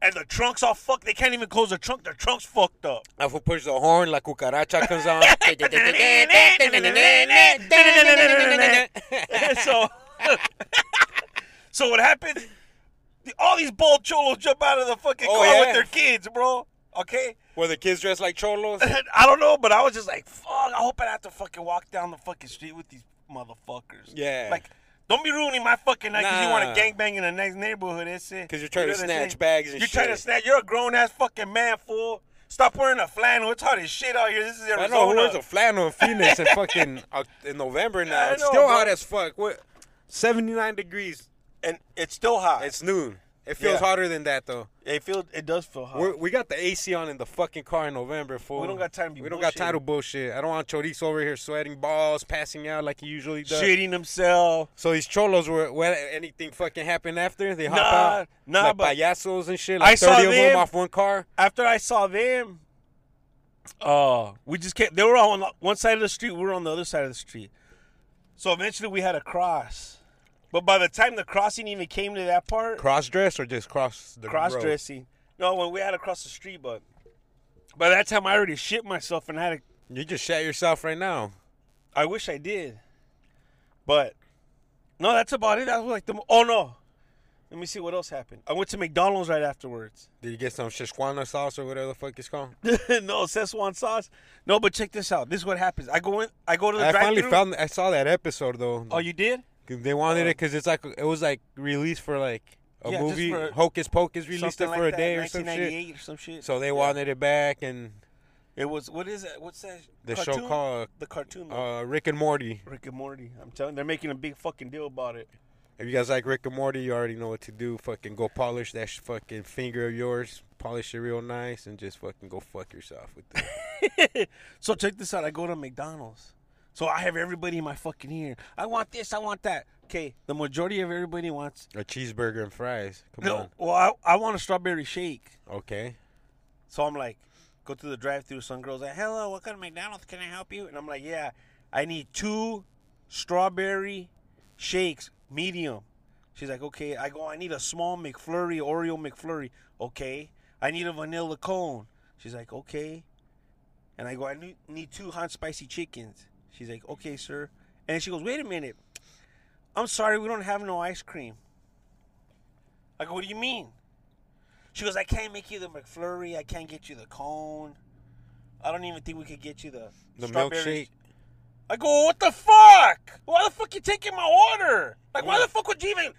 [SPEAKER 4] And the trunk's all fucked. They can't even close the trunk. The trunk's fucked up.
[SPEAKER 5] I will push the horn like cucaracha comes on.
[SPEAKER 4] so, so what happens? the- All these bald cholos jump out of the fucking
[SPEAKER 5] Oh,
[SPEAKER 4] car
[SPEAKER 5] yeah.
[SPEAKER 4] with their kids, bro. Okay,
[SPEAKER 5] Were the kids dressed like cholos?
[SPEAKER 4] I don't know, but I was just like, fuck. I hope I don't have to fucking walk down the fucking street with these motherfuckers.
[SPEAKER 5] Yeah.
[SPEAKER 4] like. Don't be ruining my fucking night because you
[SPEAKER 5] Nah.
[SPEAKER 4] want to gangbang in the next neighborhood. That's it.
[SPEAKER 5] 'Cause you're trying
[SPEAKER 4] You
[SPEAKER 5] to
[SPEAKER 4] know what I'm
[SPEAKER 5] snatch
[SPEAKER 4] saying?
[SPEAKER 5] bags and
[SPEAKER 4] You're trying to
[SPEAKER 5] shit.
[SPEAKER 4] snatch. You're a grown ass fucking man, fool. Stop wearing a flannel. It's hot as shit out here. This is Arizona.
[SPEAKER 5] I know who wears a flannel in Phoenix in fucking uh, in November now.
[SPEAKER 4] I
[SPEAKER 5] It's
[SPEAKER 4] know,
[SPEAKER 5] still
[SPEAKER 4] bro.
[SPEAKER 5] hot as fuck. What? 79 degrees.
[SPEAKER 4] and it's still hot.
[SPEAKER 5] It's noon. It feels
[SPEAKER 4] Yeah.
[SPEAKER 5] hotter than that though.
[SPEAKER 4] It feels it does feel hot.
[SPEAKER 5] We're, we got the AC on in the fucking car in November. Fool.
[SPEAKER 4] We don't got time to be
[SPEAKER 5] We don't got time to bullshit. I don't want Chorizo over here sweating balls, passing out like he usually does.
[SPEAKER 4] shitting himself.
[SPEAKER 5] So these cholos were when anything fucking happened after they hop
[SPEAKER 4] Nah,
[SPEAKER 5] out
[SPEAKER 4] nah,
[SPEAKER 5] like
[SPEAKER 4] but-
[SPEAKER 5] payasos and shit.
[SPEAKER 4] I
[SPEAKER 5] Like
[SPEAKER 4] saw
[SPEAKER 5] thirty of them
[SPEAKER 4] them.
[SPEAKER 5] off one car.
[SPEAKER 4] After I saw them, uh, we just kept. They were all on the- one side of the street. We were on the other side of the street. So eventually, we had a cross. But by the time the crossing even came to that part,
[SPEAKER 5] Cross dress or just cross the
[SPEAKER 4] cross
[SPEAKER 5] road?
[SPEAKER 4] dressing. No, when we had to cross the street, but by that time I already shit myself and had. A,
[SPEAKER 5] You just shat yourself right now.
[SPEAKER 4] I wish I did, but no, that's about it. That was like the. mo- Oh no, let me see what else happened. I went to McDonald's right afterwards.
[SPEAKER 5] Did you get some Shishwana sauce or whatever the fuck it's called?
[SPEAKER 4] no Szechuan sauce. No, but check this out. This is what happens. I go in. I go to the
[SPEAKER 5] I finally
[SPEAKER 4] drive-through.
[SPEAKER 5] found. I saw that episode though.
[SPEAKER 4] oh, you did?
[SPEAKER 5] They wanted it because it's like it was like released for like a
[SPEAKER 4] Yeah, just
[SPEAKER 5] movie.
[SPEAKER 4] for-
[SPEAKER 5] Hocus Pocus released it
[SPEAKER 4] Something
[SPEAKER 5] for
[SPEAKER 4] like
[SPEAKER 5] a
[SPEAKER 4] that,
[SPEAKER 5] day or some shit.
[SPEAKER 4] 1998 or some shit.
[SPEAKER 5] So they wanted it back, and
[SPEAKER 4] It was what is that? What's that?
[SPEAKER 5] The show called,
[SPEAKER 4] the cartoon.
[SPEAKER 5] uh, Rick and Morty.
[SPEAKER 4] Rick and Morty. I'm telling, they're making a big fucking deal about it.
[SPEAKER 5] If you guys like Rick and Morty, you already know what to do. Fucking go polish that sh- fucking finger of yours, polish it real nice, and just fucking go fuck yourself with it.
[SPEAKER 4] so check this out. I go to McDonald's. So I have everybody in my fucking ear. I want this. I want that. Okay, the majority of everybody wants.
[SPEAKER 5] a cheeseburger and fries. Come
[SPEAKER 4] No, well, I, I want a strawberry shake.
[SPEAKER 5] on. Okay.
[SPEAKER 4] So I'm like, go through the drive-through. Some girls like, "Hello, what kind of McDonald's can I help you?" And I'm like, "Yeah, I need two strawberry shakes, medium." She's like, "Okay." I go, "I need a small McFlurry, Oreo McFlurry." Okay. I need a vanilla cone. She's like, "Okay." And I go, "I need- need two hot spicy chickens." She's like, "Okay, sir." And she goes, "Wait a minute. I'm sorry, we don't have no ice cream." I go, "What do you mean?" She goes, I can't make you the McFlurry. I can't get you the cone. I don't even think we could get you the
[SPEAKER 5] The
[SPEAKER 4] strawberry-
[SPEAKER 5] milkshake.
[SPEAKER 4] I go, what the fuck? Why the fuck you taking my order? Like, why the fuck would you even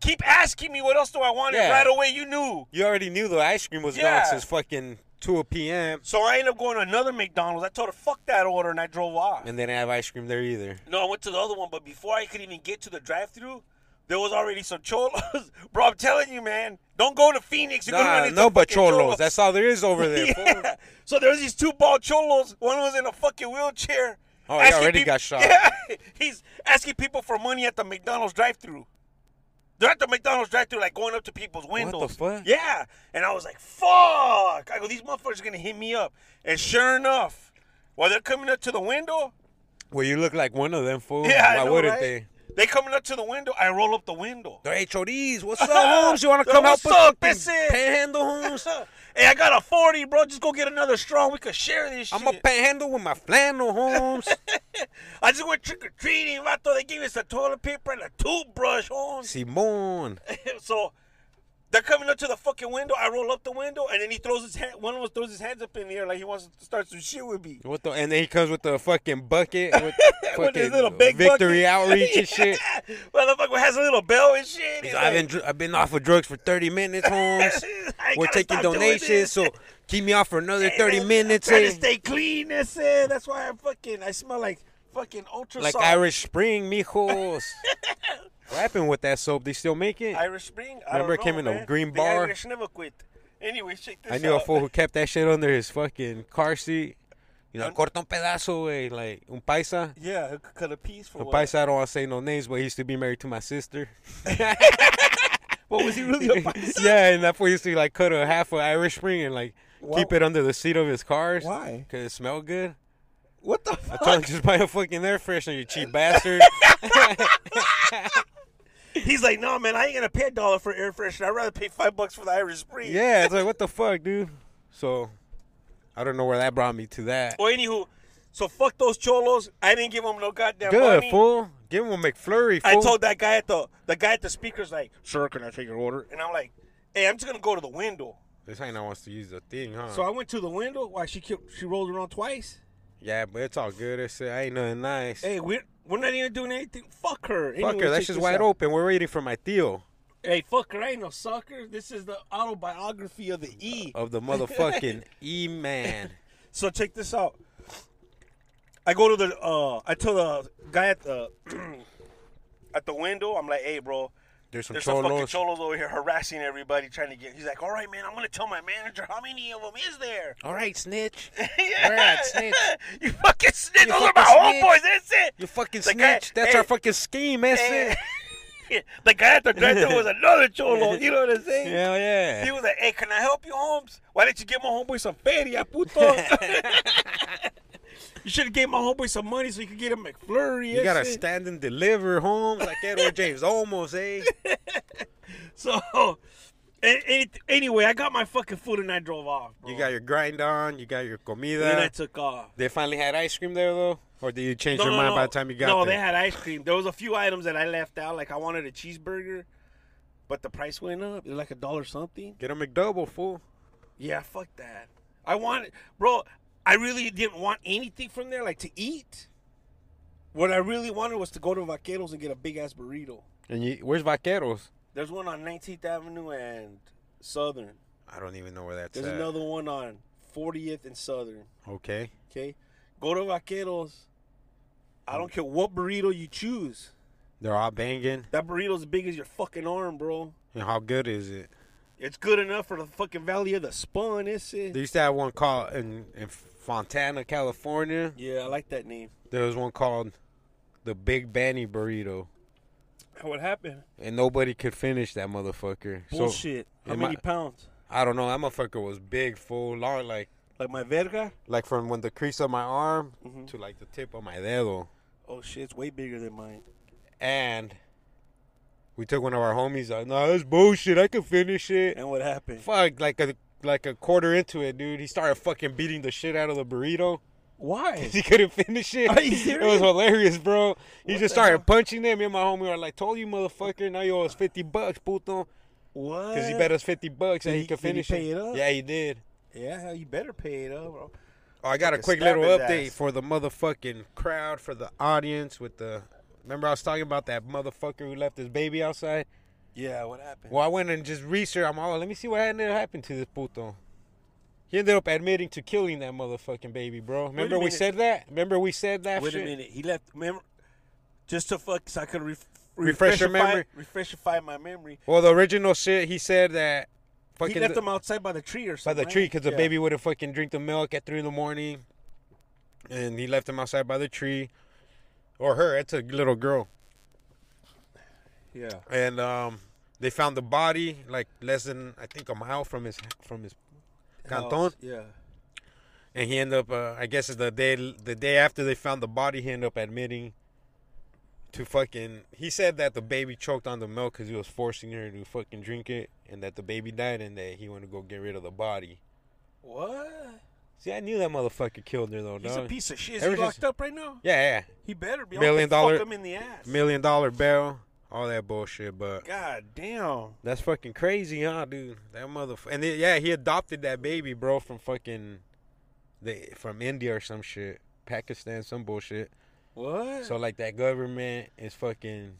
[SPEAKER 4] keep asking me what else do I want? And
[SPEAKER 5] Yeah.
[SPEAKER 4] right away, you knew.
[SPEAKER 5] You already knew the ice cream was
[SPEAKER 4] Yeah.
[SPEAKER 5] gone since fucking 2 p.m.
[SPEAKER 4] So I ended up going to another McDonald's. I told her, fuck that order, and I drove off.
[SPEAKER 5] And they didn't have ice cream there either.
[SPEAKER 4] No, I went to the other one, but before I could even get to the drive through there was already some cholos. Bro, I'm telling you, man, don't go to Phoenix. You're gonna run
[SPEAKER 5] Nah,
[SPEAKER 4] into
[SPEAKER 5] no but
[SPEAKER 4] fucking
[SPEAKER 5] cholos. That's all there is over there. fool.
[SPEAKER 4] yeah. So there's these two bald cholos. One was in a fucking wheelchair.
[SPEAKER 5] Oh, he
[SPEAKER 4] asking
[SPEAKER 5] already
[SPEAKER 4] peop-
[SPEAKER 5] got shot.
[SPEAKER 4] Yeah, he's asking people for money at the McDonald's drive-through. They're at the McDonald's drive-through, like going up to people's windows.
[SPEAKER 5] fuck?
[SPEAKER 4] Yeah, and I was like, "Fuck!" I go, "These motherfuckers are gonna hit me up." And sure enough, while they're coming up to the window,
[SPEAKER 5] Well, you look like one of them fools.
[SPEAKER 4] yeah, I
[SPEAKER 5] Why
[SPEAKER 4] know,
[SPEAKER 5] wouldn't
[SPEAKER 4] right?
[SPEAKER 5] they?
[SPEAKER 4] They coming up to the window. I roll up the window.
[SPEAKER 5] They're HODs. What's up, Holmes? You want to
[SPEAKER 4] Yo,
[SPEAKER 5] come out
[SPEAKER 4] what's
[SPEAKER 5] with
[SPEAKER 4] up,
[SPEAKER 5] fucking
[SPEAKER 4] Bissett?
[SPEAKER 5] panhandle, Holmes?
[SPEAKER 4] hey, I got a forty, bro. Just go get another strong. We could share this.
[SPEAKER 5] I'm
[SPEAKER 4] shit.
[SPEAKER 5] a panhandle with my flannel, Holmes.
[SPEAKER 4] I just went trick or treating, vato. They gave us the toilet paper and a toothbrush on.
[SPEAKER 5] Simon.
[SPEAKER 4] so they're coming up to the fucking window. I roll up the window, and then he throws his head. One of us throws his hands up in the air like he wants to start some shit with me.
[SPEAKER 5] What the? And then he comes with the fucking bucket with,
[SPEAKER 4] With his
[SPEAKER 5] fucking uh,
[SPEAKER 4] little big
[SPEAKER 5] victory
[SPEAKER 4] bucket.
[SPEAKER 5] outreach and shit.
[SPEAKER 4] Yeah. Motherfucker has a little bell and shit.
[SPEAKER 5] He's
[SPEAKER 4] He's
[SPEAKER 5] like, I've been dr- I've been off of drugs for 30 minutes, Holmes.
[SPEAKER 4] I
[SPEAKER 5] We're
[SPEAKER 4] gotta
[SPEAKER 5] taking
[SPEAKER 4] stop doing
[SPEAKER 5] donations,
[SPEAKER 4] this.
[SPEAKER 5] so keep me off for another
[SPEAKER 4] Hey,
[SPEAKER 5] 30
[SPEAKER 4] man,
[SPEAKER 5] minutes.
[SPEAKER 4] I'm trying
[SPEAKER 5] eh?
[SPEAKER 4] to stay clean. That's it. That's why I fucking I smell like fucking ultra
[SPEAKER 5] Like
[SPEAKER 4] salt.
[SPEAKER 5] Irish Spring, mijos. what happened with that soap? They still make it? I,
[SPEAKER 4] Irish Spring. I
[SPEAKER 5] Remember it
[SPEAKER 4] don't
[SPEAKER 5] came
[SPEAKER 4] know,
[SPEAKER 5] in a
[SPEAKER 4] man.
[SPEAKER 5] green
[SPEAKER 4] The
[SPEAKER 5] bar?
[SPEAKER 4] Irish never quit. Anyway, check this
[SPEAKER 5] knew a
[SPEAKER 4] out.
[SPEAKER 5] fool who kept that shit under his fucking car seat. You know, corta un pedazo, eh, like un paisa.
[SPEAKER 4] Yeah, who could cut a piece for
[SPEAKER 5] Un
[SPEAKER 4] what?
[SPEAKER 5] paisa, I don't want to say no names, but he used to be married to my sister.
[SPEAKER 4] What was he really a paisa?
[SPEAKER 5] yeah, and that fool used to like cut a half of Irish Spring and like keep it under the seat of his cars.
[SPEAKER 4] Why?
[SPEAKER 5] Because it smelled good.
[SPEAKER 4] What the
[SPEAKER 5] I
[SPEAKER 4] fuck?
[SPEAKER 5] told him just buy a fucking air freshener, you cheap bastard.
[SPEAKER 4] He's like, no, man, I ain't gonna pay a dollar for air freshener. I'd rather pay five bucks for the Irish Spring.
[SPEAKER 5] yeah, it's like what the fuck, dude. So, I don't know where that brought me to that.
[SPEAKER 4] Well, anywho, so fuck those cholos. I didn't give them no goddamn
[SPEAKER 5] Good
[SPEAKER 4] money.
[SPEAKER 5] fool. Give him a McFlurry. Fool.
[SPEAKER 4] I told that guy at the the guy at the speakers like, sir, can I take your order? And I'm like, hey, I'm just gonna go to the window.
[SPEAKER 5] this ain't no wants to use the thing, huh?
[SPEAKER 4] Uh. So I went to the window. Why she kept, she rolled around twice?
[SPEAKER 5] yeah, but it's all good. It's it ain't nothing nice.
[SPEAKER 4] Hey, we're we're not even doing anything. Fuck her.
[SPEAKER 5] Fuck
[SPEAKER 4] Anyway,
[SPEAKER 5] her. That's
[SPEAKER 4] check
[SPEAKER 5] just
[SPEAKER 4] this
[SPEAKER 5] wide
[SPEAKER 4] out.
[SPEAKER 5] open. We're waiting for my deal
[SPEAKER 4] Hey, fuck her. I ain't no sucker. This is the autobiography of the E.
[SPEAKER 5] of the motherfucking E man.
[SPEAKER 4] So check this out. I go to the uh I tell the guy at the at the window, I'm like, hey bro,
[SPEAKER 5] There's some
[SPEAKER 4] there's some fucking
[SPEAKER 5] cholos.
[SPEAKER 4] cholos over here harassing everybody trying to get he's like, All right man, I'm gonna tell my manager how many of them is there?
[SPEAKER 5] all right, snitch.
[SPEAKER 4] Yeah.
[SPEAKER 5] Alright, snitch.
[SPEAKER 4] you fucking snitch,
[SPEAKER 5] You
[SPEAKER 4] those are my
[SPEAKER 5] fucking
[SPEAKER 4] homeboys, that's it.
[SPEAKER 5] You fucking
[SPEAKER 4] The
[SPEAKER 5] snitch.
[SPEAKER 4] guy-
[SPEAKER 5] That's
[SPEAKER 4] hey,
[SPEAKER 5] our fucking scheme. That's
[SPEAKER 4] And-
[SPEAKER 5] it.
[SPEAKER 4] the guy at the drive was another cholo, you know what I'm saying?
[SPEAKER 5] Hell yeah.
[SPEAKER 4] He was like, "Hey, can I help you, Holmes? Why didn't you give my homeboy some feria, puto? you should have gave my homeboy some money so you could get a McFlurry."
[SPEAKER 5] You
[SPEAKER 4] and
[SPEAKER 5] gotta
[SPEAKER 4] shit."
[SPEAKER 5] stand and deliver homes like Edward James almost, eh?
[SPEAKER 4] So, and, and- anyway, I got my fucking food and I drove off. Bro.
[SPEAKER 5] You got your grind on, you got your
[SPEAKER 4] And then I
[SPEAKER 5] comida.
[SPEAKER 4] took off.
[SPEAKER 5] They finally had ice cream there though? Or did you change your mind by the time you got
[SPEAKER 4] no,
[SPEAKER 5] there?
[SPEAKER 4] they had ice cream. There was a few items that I left out, like I wanted a cheeseburger, but the price went up. It was like a dollar something.
[SPEAKER 5] Get a McDouble, fool.
[SPEAKER 4] Yeah, fuck that. I wanted, bro. I really didn't want anything from there, like to eat. What I really wanted was to go to Vaqueros and get a big ass burrito.
[SPEAKER 5] And you, where's Vaqueros?
[SPEAKER 4] There's one on 19th Avenue and Southern.
[SPEAKER 5] I don't even know where that's
[SPEAKER 4] There's
[SPEAKER 5] at.
[SPEAKER 4] another one on 40th and Southern.
[SPEAKER 5] Okay.
[SPEAKER 4] Okay, go to Vaqueros. I don't care what burrito you choose.
[SPEAKER 5] They're all banging.
[SPEAKER 4] That burrito's as big as your fucking arm, bro.
[SPEAKER 5] And how good is it?
[SPEAKER 4] It's good enough for the fucking Valley of the Spun. It's it.
[SPEAKER 5] They used to have one called in, in Fontana, California.
[SPEAKER 4] Yeah, I like that name.
[SPEAKER 5] There was one called the Big Banny Burrito,
[SPEAKER 4] What happened?
[SPEAKER 5] and nobody could finish that motherfucker. So
[SPEAKER 4] Bullshit. How
[SPEAKER 5] am
[SPEAKER 4] many
[SPEAKER 5] I-
[SPEAKER 4] pounds?
[SPEAKER 5] I don't know. That motherfucker was big, full, long, like
[SPEAKER 4] Like my verga?
[SPEAKER 5] like from when the crease of my arm
[SPEAKER 4] Mm-hmm.
[SPEAKER 5] to like the tip of my dedo.
[SPEAKER 4] Oh shit, it's way bigger than mine.
[SPEAKER 5] And we took one of our homies. Like, nah, that's bullshit. I could finish it.
[SPEAKER 4] And what happened?
[SPEAKER 5] Fuck, like a like a quarter into it, dude. He started fucking beating the shit out of the burrito.
[SPEAKER 4] Why?
[SPEAKER 5] He couldn't finish it.
[SPEAKER 4] Are you
[SPEAKER 5] It was
[SPEAKER 4] serious?
[SPEAKER 5] hilarious, bro. He
[SPEAKER 4] What
[SPEAKER 5] just
[SPEAKER 4] the
[SPEAKER 5] started
[SPEAKER 4] hell?
[SPEAKER 5] punching them. Me and my homie were like, "Told you, motherfucker! Now you owe us fifty bucks, puto."
[SPEAKER 4] What?
[SPEAKER 5] Because he bet us 50 bucks and
[SPEAKER 4] Did
[SPEAKER 5] he,
[SPEAKER 4] he-
[SPEAKER 5] could
[SPEAKER 4] did he
[SPEAKER 5] finish
[SPEAKER 4] pay it up?
[SPEAKER 5] Yeah, he did.
[SPEAKER 4] Yeah, hell, you better pay it up, bro.
[SPEAKER 5] Oh, I got a
[SPEAKER 4] Fucking
[SPEAKER 5] quick
[SPEAKER 4] stab
[SPEAKER 5] little
[SPEAKER 4] his
[SPEAKER 5] update
[SPEAKER 4] ass.
[SPEAKER 5] for the motherfucking crowd, for the audience with the. Remember, I was talking about that motherfucker who left his baby outside?
[SPEAKER 4] Yeah, what happened?
[SPEAKER 5] Well, I went and just researched. I'm all, let me see what had- happened to this puto. He ended up admitting to killing that motherfucking baby, bro. Remember we
[SPEAKER 4] minute.
[SPEAKER 5] said that? Remember we said that
[SPEAKER 4] Wait
[SPEAKER 5] shit?
[SPEAKER 4] a minute. He left. Remember, just to fuck, so I could ref,
[SPEAKER 5] Refresh your
[SPEAKER 4] refreshify-
[SPEAKER 5] memory.
[SPEAKER 4] refreshify my memory.
[SPEAKER 5] Well, the original shit, he said that. Fucking
[SPEAKER 4] he left
[SPEAKER 5] the-
[SPEAKER 4] him outside by the tree or
[SPEAKER 5] by
[SPEAKER 4] something.
[SPEAKER 5] the tree because the
[SPEAKER 4] Yeah.
[SPEAKER 5] baby would have fucking drink the milk at three in the morning, and he left him outside by the tree, or her. It's a little girl,
[SPEAKER 4] Yeah.
[SPEAKER 5] and um, they found the body like less than I think a mile from his from his canton,
[SPEAKER 4] House, Yeah.
[SPEAKER 5] and he ended up. Uh, I guess the day the day after they found the body, he ended up admitting to fucking. He said that the baby choked on the milk because he was forcing her to fucking drink it, and that the baby died, and that he wanted to go get rid of the body.
[SPEAKER 4] What?
[SPEAKER 5] See, I knew that motherfucker killed her though.
[SPEAKER 4] He's
[SPEAKER 5] dog.
[SPEAKER 4] a piece of shit. Is
[SPEAKER 5] Ever
[SPEAKER 4] he
[SPEAKER 5] since-
[SPEAKER 4] locked up right now?
[SPEAKER 5] Yeah, yeah.
[SPEAKER 4] He better be.
[SPEAKER 5] Million
[SPEAKER 4] Million dollar.
[SPEAKER 5] dollar-
[SPEAKER 4] Fuck him in the ass.
[SPEAKER 5] Million dollar bill, all that bullshit, but
[SPEAKER 4] God damn.
[SPEAKER 5] that's fucking crazy, huh, dude? That motherfucker. And then, yeah, he adopted that baby, bro, from fucking the from India or some shit, Pakistan, some bullshit.
[SPEAKER 4] What?
[SPEAKER 5] So like that government is fucking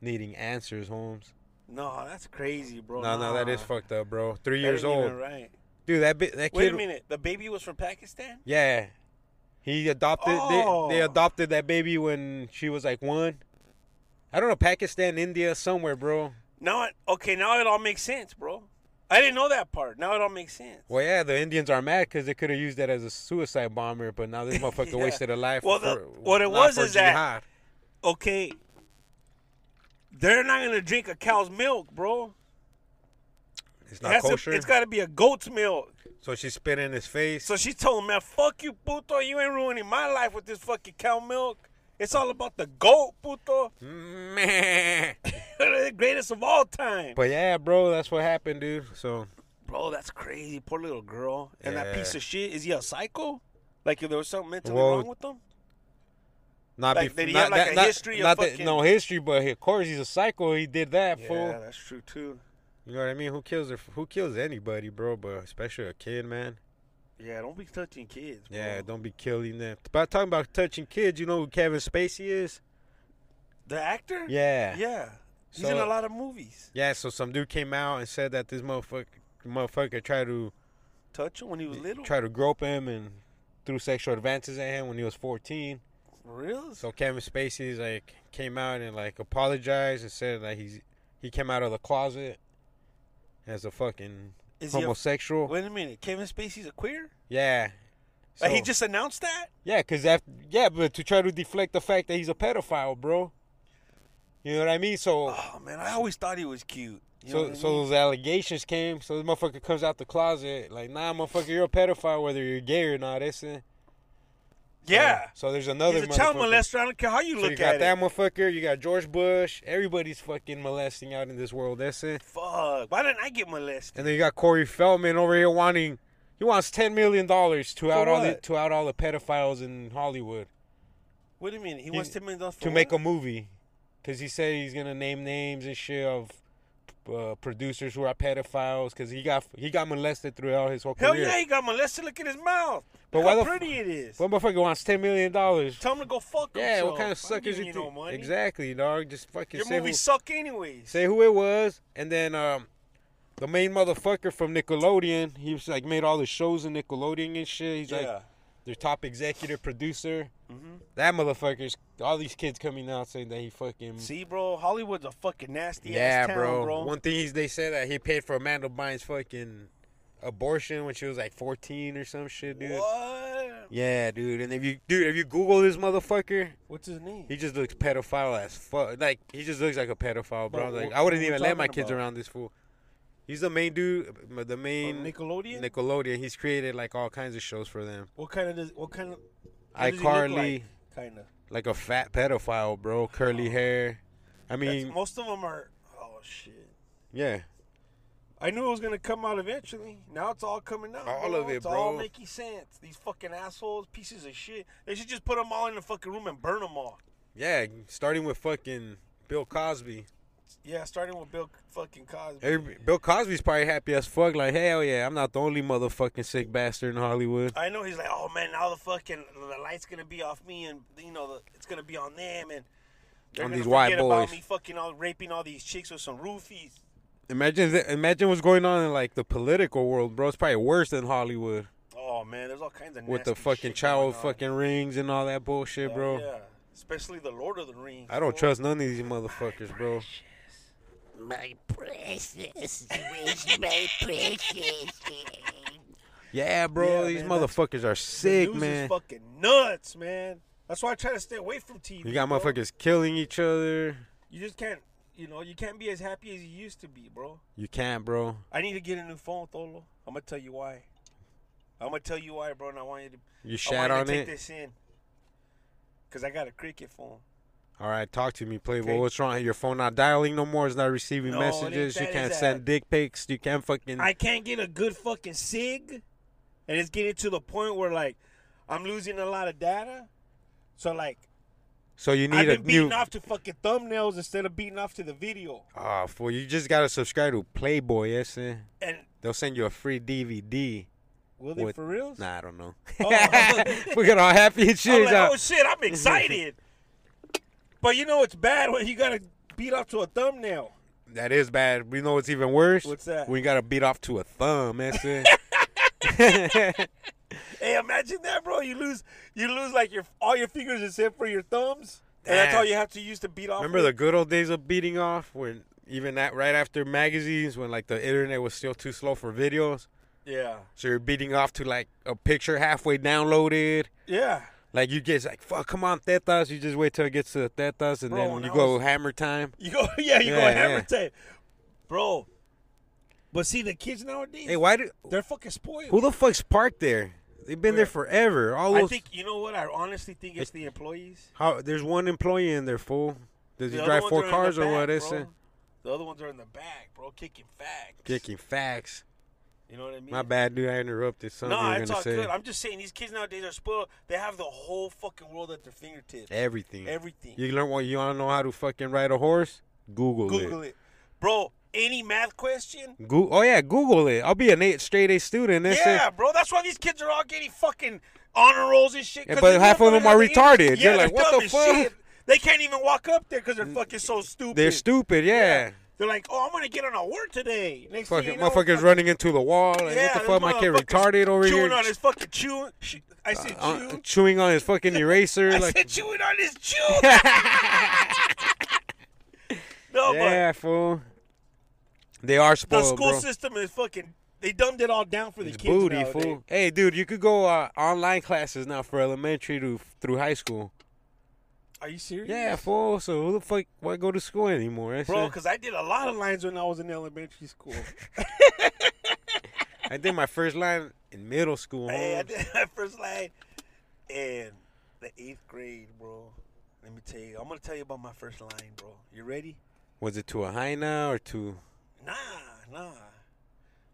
[SPEAKER 5] needing answers, Holmes.
[SPEAKER 4] no, that's crazy, bro.
[SPEAKER 5] No, no, that is
[SPEAKER 4] Nah.
[SPEAKER 5] fucked up, bro. Three
[SPEAKER 4] That
[SPEAKER 5] years
[SPEAKER 4] ain't even
[SPEAKER 5] old,
[SPEAKER 4] Right.
[SPEAKER 5] dude. That bit, that kid.
[SPEAKER 4] Wait a minute. The baby was from Pakistan.
[SPEAKER 5] Yeah, he adopted.
[SPEAKER 4] Oh.
[SPEAKER 5] They, they adopted that baby when she was like one. I don't know, Pakistan, India, somewhere, bro.
[SPEAKER 4] Now, it, okay, now it all makes sense, bro. I didn't know that part. Now it all makes sense.
[SPEAKER 5] Well, yeah, the Indians are mad because they could have used that as a suicide bomber, but now this motherfucker
[SPEAKER 4] Yeah.
[SPEAKER 5] wasted a life.
[SPEAKER 4] Well, the-
[SPEAKER 5] for-
[SPEAKER 4] what it
[SPEAKER 5] not
[SPEAKER 4] was
[SPEAKER 5] for
[SPEAKER 4] is that-
[SPEAKER 5] jihad.
[SPEAKER 4] Okay, they're not gonna drink a cow's milk, bro.
[SPEAKER 5] it's
[SPEAKER 4] It
[SPEAKER 5] not
[SPEAKER 4] has to-
[SPEAKER 5] kosher.
[SPEAKER 4] it's got to be a goat's milk.
[SPEAKER 5] so she spit in his face.
[SPEAKER 4] So she told him, "Man, fuck you, puto. You ain't ruining my life with this fucking cow milk. It's all about the goat, puto.
[SPEAKER 5] Meh.
[SPEAKER 4] They're the greatest of all time."
[SPEAKER 5] but yeah, bro, that's what happened, dude. So
[SPEAKER 4] Bro, that's crazy. Poor little girl. And that
[SPEAKER 5] Yeah.
[SPEAKER 4] piece of shit. Is he a psycho? Like, if there was something mentally
[SPEAKER 5] Well,
[SPEAKER 4] wrong with him?
[SPEAKER 5] not
[SPEAKER 4] Like,
[SPEAKER 5] bef-
[SPEAKER 4] did he
[SPEAKER 5] not,
[SPEAKER 4] have, like,
[SPEAKER 5] that-
[SPEAKER 4] a
[SPEAKER 5] not-
[SPEAKER 4] history of
[SPEAKER 5] not that-
[SPEAKER 4] fucking-
[SPEAKER 5] no history, but of course he's a psycho. He did that
[SPEAKER 4] Yeah,
[SPEAKER 5] fool.
[SPEAKER 4] that's true too.
[SPEAKER 5] You know what I mean? Who kills her? Who kills anybody, bro? But especially a kid, man.
[SPEAKER 4] Yeah, don't be touching kids. Bro.
[SPEAKER 5] Yeah, don't be killing them. But talking about touching kids, you know who Kevin Spacey is?
[SPEAKER 4] the actor.
[SPEAKER 5] Yeah.
[SPEAKER 4] yeah. He's
[SPEAKER 5] So-
[SPEAKER 4] in a lot of movies.
[SPEAKER 5] Yeah, so some dude came out and said that this motherfucker, motherfucker tried to
[SPEAKER 4] Touch him when he was little.
[SPEAKER 5] tried to grope him and threw sexual advances at him when he was 14.
[SPEAKER 4] Real?
[SPEAKER 5] So Kevin Spacey's like came out and like apologized and said like he's he came out of the closet as a fucking
[SPEAKER 4] Is he a-
[SPEAKER 5] homosexual.
[SPEAKER 4] Wait a minute, Kevin Spacey's a queer?
[SPEAKER 5] yeah.
[SPEAKER 4] like he
[SPEAKER 5] So-
[SPEAKER 4] just announced that?
[SPEAKER 5] yeah, cause after yeah, but to try to deflect the fact that he's a pedophile, bro. You know what I mean? So
[SPEAKER 4] Oh man, I always thought he was cute. You know
[SPEAKER 5] So,
[SPEAKER 4] what I
[SPEAKER 5] so
[SPEAKER 4] mean?
[SPEAKER 5] those allegations came. So this motherfucker comes out the closet like, nah, motherfucker, you're a pedophile whether you're gay or not. That's it.
[SPEAKER 4] yeah.
[SPEAKER 5] So, there's another.
[SPEAKER 4] He's a child
[SPEAKER 5] motherfucker.
[SPEAKER 4] molester. I don't care how you
[SPEAKER 5] So
[SPEAKER 4] look
[SPEAKER 5] you got
[SPEAKER 4] at
[SPEAKER 5] that
[SPEAKER 4] it.
[SPEAKER 5] motherfucker. You got George Bush. Everybody's fucking molesting out in this world. That's it.
[SPEAKER 4] Fuck. Why didn't I get molested?
[SPEAKER 5] And then you got Corey Feldman over here wanting. He wants ten million dollars to out all the
[SPEAKER 4] what?
[SPEAKER 5] to out all the pedophiles in Hollywood
[SPEAKER 4] Wait a minute, he,
[SPEAKER 5] He-
[SPEAKER 4] wants ten million dollars for
[SPEAKER 5] to make a
[SPEAKER 4] what?
[SPEAKER 5] movie, because he said he's gonna name names and shit of uh, producers who are pedophiles because he got he got molested throughout his whole
[SPEAKER 4] Hell
[SPEAKER 5] career.
[SPEAKER 4] yeah, he got molested. Look at his mouth.
[SPEAKER 5] But
[SPEAKER 4] Look
[SPEAKER 5] why
[SPEAKER 4] how
[SPEAKER 5] the f-
[SPEAKER 4] pretty it is.
[SPEAKER 5] What motherfucker wants ten million dollars?
[SPEAKER 4] Tell him to go fuck
[SPEAKER 5] Yeah,
[SPEAKER 4] himself.
[SPEAKER 5] what kind of
[SPEAKER 4] I ain't
[SPEAKER 5] suckers
[SPEAKER 4] giving
[SPEAKER 5] you
[SPEAKER 4] no
[SPEAKER 5] think?
[SPEAKER 4] money.
[SPEAKER 5] exactly, dog. Just fucking
[SPEAKER 4] Your
[SPEAKER 5] say who,
[SPEAKER 4] movies suck anyways.
[SPEAKER 5] say who it was, and then um, the main motherfucker from Nickelodeon. He was like made all the shows in Nickelodeon and shit. He's
[SPEAKER 4] Yeah. Mm-hmm.
[SPEAKER 5] like their top executive producer. That motherfucker's all these kids coming out saying that he fucking.
[SPEAKER 4] Mm. See, bro, Hollywood's a fucking nasty
[SPEAKER 5] yeah,
[SPEAKER 4] ass town,
[SPEAKER 5] bro.
[SPEAKER 4] bro.
[SPEAKER 5] One thing is they say that he paid for Amanda Bynes' fucking abortion when she was like 14 or some shit, dude.
[SPEAKER 4] What?
[SPEAKER 5] Yeah, dude. And if you dude, if you Google this motherfucker,
[SPEAKER 4] What's his name? Uh,
[SPEAKER 5] he just looks pedophile as fuck. Like he just looks like a pedophile, bro.
[SPEAKER 4] But
[SPEAKER 5] like
[SPEAKER 4] wh-
[SPEAKER 5] I wouldn't
[SPEAKER 4] who we
[SPEAKER 5] even let my
[SPEAKER 4] talking
[SPEAKER 5] kids
[SPEAKER 4] about?
[SPEAKER 5] around this fool. He's the main dude, m- the
[SPEAKER 4] From
[SPEAKER 5] main
[SPEAKER 4] Oh, Nickelodeon.
[SPEAKER 5] Nickelodeon. He's created like all kinds of shows for them.
[SPEAKER 4] what kind of? Does, what kind of? how does he look
[SPEAKER 5] iCarly,
[SPEAKER 4] Like? Oh. Kind of.
[SPEAKER 5] like a fat pedophile, bro. Curly hair. I mean,
[SPEAKER 4] Most of them are. Oh shit.
[SPEAKER 5] yeah.
[SPEAKER 4] I knew it was gonna come out eventually. Now it's all coming out.
[SPEAKER 5] All of it,
[SPEAKER 4] It's all
[SPEAKER 5] bro.
[SPEAKER 4] making sense. These fucking assholes, pieces of shit. They should just put them all in the fucking room and burn them all.
[SPEAKER 5] Yeah, starting with fucking Bill Cosby.
[SPEAKER 4] Yeah, starting with Bill fucking Cosby.
[SPEAKER 5] Every, Bill Cosby's probably happy as fuck. Like, hell yeah, I'm not the only motherfucking sick bastard in Hollywood.
[SPEAKER 4] I know he's like, oh man, now the fucking the light's gonna be off me, and you know the, it's gonna be on them, and they're
[SPEAKER 5] On
[SPEAKER 4] gonna
[SPEAKER 5] these white
[SPEAKER 4] forget about
[SPEAKER 5] boys.
[SPEAKER 4] me fucking all raping all these chicks with some roofies.
[SPEAKER 5] Imagine, th- imagine what's going on in like the political world, bro. It's probably worse than Hollywood
[SPEAKER 4] Oh man, there's all kinds of
[SPEAKER 5] with the
[SPEAKER 4] nasty
[SPEAKER 5] fucking
[SPEAKER 4] shit
[SPEAKER 5] child
[SPEAKER 4] going on.
[SPEAKER 5] fucking rings and all that bullshit,
[SPEAKER 4] Yeah,
[SPEAKER 5] bro.
[SPEAKER 4] Yeah, especially the Lord of the Rings.
[SPEAKER 5] I don't
[SPEAKER 4] fool.
[SPEAKER 5] trust none of these motherfuckers, bro.
[SPEAKER 3] My precious, wish my precious.
[SPEAKER 5] Yeah, bro,
[SPEAKER 4] Yeah,
[SPEAKER 5] these
[SPEAKER 4] man, that's-
[SPEAKER 5] motherfuckers are
[SPEAKER 4] The
[SPEAKER 5] sick,
[SPEAKER 4] news is
[SPEAKER 5] man.
[SPEAKER 4] fucking nuts, man. That's why I try to stay away from TV.
[SPEAKER 5] You got
[SPEAKER 4] bro.
[SPEAKER 5] motherfuckers killing each other.
[SPEAKER 4] You just can't. You know, you can't be as happy as you used to be, bro.
[SPEAKER 5] You can't, bro.
[SPEAKER 4] I need to get a new phone, Tholo. I'm gonna tell you why. I'm gonna tell you why, bro. And I want you to
[SPEAKER 5] You
[SPEAKER 4] Oh, I
[SPEAKER 5] shat
[SPEAKER 4] wanted
[SPEAKER 5] on
[SPEAKER 4] to take
[SPEAKER 5] it.
[SPEAKER 4] this in. Cause I got a cricket phone.
[SPEAKER 5] All right, talk to me, Playboy.
[SPEAKER 4] Okay.
[SPEAKER 5] What's wrong? Your phone not dialing no more. It's not receiving
[SPEAKER 4] No, it ain't
[SPEAKER 5] messages. You
[SPEAKER 4] that,
[SPEAKER 5] can't
[SPEAKER 4] is
[SPEAKER 5] send
[SPEAKER 4] that-
[SPEAKER 5] dick pics. You can't fucking.
[SPEAKER 4] I can't get a good fucking sig, and it's getting to the point where like I'm losing a lot of data. So like
[SPEAKER 5] so you
[SPEAKER 4] I've
[SPEAKER 5] need a
[SPEAKER 4] been beating
[SPEAKER 5] new.
[SPEAKER 4] off to fucking thumbnails instead of beating off to the video,
[SPEAKER 5] Ah, fool! You just gotta subscribe to Playboy. Yes, eh? sir.
[SPEAKER 4] and
[SPEAKER 5] They'll send you a free DVD.
[SPEAKER 4] will they
[SPEAKER 5] With-
[SPEAKER 4] for real?
[SPEAKER 5] Nah, I don't know.
[SPEAKER 4] Oh.
[SPEAKER 5] we got all happy and
[SPEAKER 4] I'm
[SPEAKER 5] shit.
[SPEAKER 4] like,
[SPEAKER 5] out.
[SPEAKER 4] oh shit, I'm excited. but you know it's bad when you gotta beat off to a thumbnail.
[SPEAKER 5] that is bad. We know what's even worse.
[SPEAKER 4] What's that?
[SPEAKER 5] When you gotta beat off to a thumb. That's it.
[SPEAKER 4] Hey, imagine that, bro. You lose, you lose like your all your fingers except for your thumbs, and that's
[SPEAKER 5] Damn.
[SPEAKER 4] all you have to use to beat off.
[SPEAKER 5] Remember
[SPEAKER 4] with.
[SPEAKER 5] the good old days of beating off when even that right after magazines when like the internet was still too slow for videos.
[SPEAKER 4] yeah,
[SPEAKER 5] So you're beating off to like a picture halfway downloaded.
[SPEAKER 4] yeah.
[SPEAKER 5] Like you get like fuck, come on, tetas. You just wait till it gets to the tetas, and
[SPEAKER 4] Bro,
[SPEAKER 5] then
[SPEAKER 4] when
[SPEAKER 5] you
[SPEAKER 4] I
[SPEAKER 5] go
[SPEAKER 4] was-
[SPEAKER 5] hammer time.
[SPEAKER 4] You go, yeah, you go
[SPEAKER 5] Yeah,
[SPEAKER 4] hammer
[SPEAKER 5] yeah.
[SPEAKER 4] tape, bro. But see, the kids nowadays,
[SPEAKER 5] Hey, why do
[SPEAKER 4] they're fucking spoiled.
[SPEAKER 5] who the fuck's parked there? They've been
[SPEAKER 4] Where?
[SPEAKER 5] there forever. All
[SPEAKER 4] I
[SPEAKER 5] those.
[SPEAKER 4] think you know what? I honestly think it's the employees.
[SPEAKER 5] how there's one employee in there, fool. Does he
[SPEAKER 4] The other
[SPEAKER 5] drive
[SPEAKER 4] ones
[SPEAKER 5] four
[SPEAKER 4] are in the
[SPEAKER 5] cars or
[SPEAKER 4] back,
[SPEAKER 5] what? It's
[SPEAKER 4] bro. The other ones are in the back, bro, kicking facts.
[SPEAKER 5] kicking facts.
[SPEAKER 4] You know what I mean?
[SPEAKER 5] My bad, dude. I interrupted something
[SPEAKER 4] No,
[SPEAKER 5] you were
[SPEAKER 4] it's all
[SPEAKER 5] gonna say.
[SPEAKER 4] good. I'm just saying these kids nowadays are spoiled. They have the whole fucking world at their fingertips.
[SPEAKER 5] Everything.
[SPEAKER 4] Everything.
[SPEAKER 5] You learn what you want to know how to fucking ride a horse? Google,
[SPEAKER 4] Google
[SPEAKER 5] it.
[SPEAKER 4] it, bro. Any math question?
[SPEAKER 5] Goo oh yeah, Google it. I'll be an eight straight A student. That's it.
[SPEAKER 4] yeah, bro. That's why these kids are all getting fucking honor rolls and shit.
[SPEAKER 5] Yeah,
[SPEAKER 4] 'cause
[SPEAKER 5] but
[SPEAKER 4] they
[SPEAKER 5] half
[SPEAKER 4] never
[SPEAKER 5] of them are
[SPEAKER 4] learned the
[SPEAKER 5] retarded.
[SPEAKER 4] English.
[SPEAKER 5] They're
[SPEAKER 4] Yeah,
[SPEAKER 5] like, what
[SPEAKER 4] dumb
[SPEAKER 5] the
[SPEAKER 4] as
[SPEAKER 5] fuck? Mm.
[SPEAKER 4] shit. They can't even walk up there because they're fucking so stupid.
[SPEAKER 5] They're stupid. Yeah.
[SPEAKER 4] They're like, oh, I'm gonna get on a word today. Next
[SPEAKER 5] Fucking
[SPEAKER 4] thing you know,
[SPEAKER 5] motherfuckers
[SPEAKER 4] fuck-
[SPEAKER 5] running into the wall. Like,
[SPEAKER 4] yeah,
[SPEAKER 5] what the fuck?
[SPEAKER 4] this
[SPEAKER 5] My kid
[SPEAKER 4] motherfucker's
[SPEAKER 5] retarded over
[SPEAKER 4] chewing
[SPEAKER 5] here.
[SPEAKER 4] Chewing on his fucking chewing. Sh- I said
[SPEAKER 5] uh,
[SPEAKER 4] chew.
[SPEAKER 5] chewing on his fucking eraser.
[SPEAKER 4] I
[SPEAKER 5] like,
[SPEAKER 4] said chewing on his chew. no,
[SPEAKER 5] yeah, fool. They are
[SPEAKER 4] but the
[SPEAKER 5] spoiled,
[SPEAKER 4] school
[SPEAKER 5] bro.
[SPEAKER 4] system is fucking. They dumbed it all down for the
[SPEAKER 5] It's
[SPEAKER 4] kids
[SPEAKER 5] booty,
[SPEAKER 4] nowadays.
[SPEAKER 5] fool. Hey, dude, you could go uh, online classes now for elementary to through high school.
[SPEAKER 4] Are you serious?
[SPEAKER 5] Yeah, fool. So who the fuck why go to school anymore? That's
[SPEAKER 4] Bro,
[SPEAKER 5] it.
[SPEAKER 4] because I did a lot of lines when I was in elementary school.
[SPEAKER 5] I did my first line in middle school.
[SPEAKER 4] hey, I
[SPEAKER 5] homes.
[SPEAKER 4] did my first line in the eighth grade, bro. Let me tell you. I'm going to tell you about my first line, bro. You ready?
[SPEAKER 5] Was it to a hyena or to?
[SPEAKER 4] Nah, nah.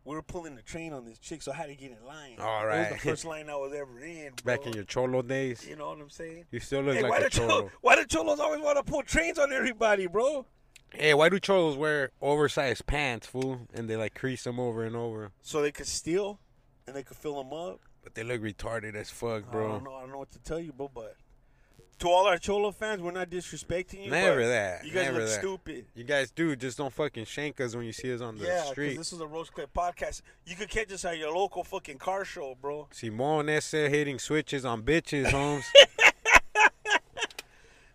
[SPEAKER 4] We were pulling the train on this chick, so I had to get in line.
[SPEAKER 5] All
[SPEAKER 4] It was
[SPEAKER 5] right.
[SPEAKER 4] the first line I was ever in, bro.
[SPEAKER 5] Back in your cholo days,
[SPEAKER 4] You know what I'm saying?
[SPEAKER 5] you still look
[SPEAKER 4] Hey, why,
[SPEAKER 5] like a
[SPEAKER 4] the
[SPEAKER 5] cholo.
[SPEAKER 4] cholo, why do cholos always want to pull trains on everybody, bro?
[SPEAKER 5] Hey, why do cholos wear oversized pants, fool? And they like crease them over and over.
[SPEAKER 4] so they could steal and they could fill them up.
[SPEAKER 5] But they look retarded as fuck,
[SPEAKER 4] I
[SPEAKER 5] bro.
[SPEAKER 4] don't know. I don't know what to tell you, bro. But to all our Cholo fans, we're not disrespecting you. but
[SPEAKER 5] Never that,
[SPEAKER 4] You guys
[SPEAKER 5] never
[SPEAKER 4] look
[SPEAKER 5] that.
[SPEAKER 4] stupid.
[SPEAKER 5] You guys do just don't fucking shank us when you see us on the
[SPEAKER 4] yeah,
[SPEAKER 5] street.
[SPEAKER 4] this is a Rose Clip podcast. You could catch us at your local fucking car show, bro.
[SPEAKER 5] Simone S hitting switches on bitches, Holmes.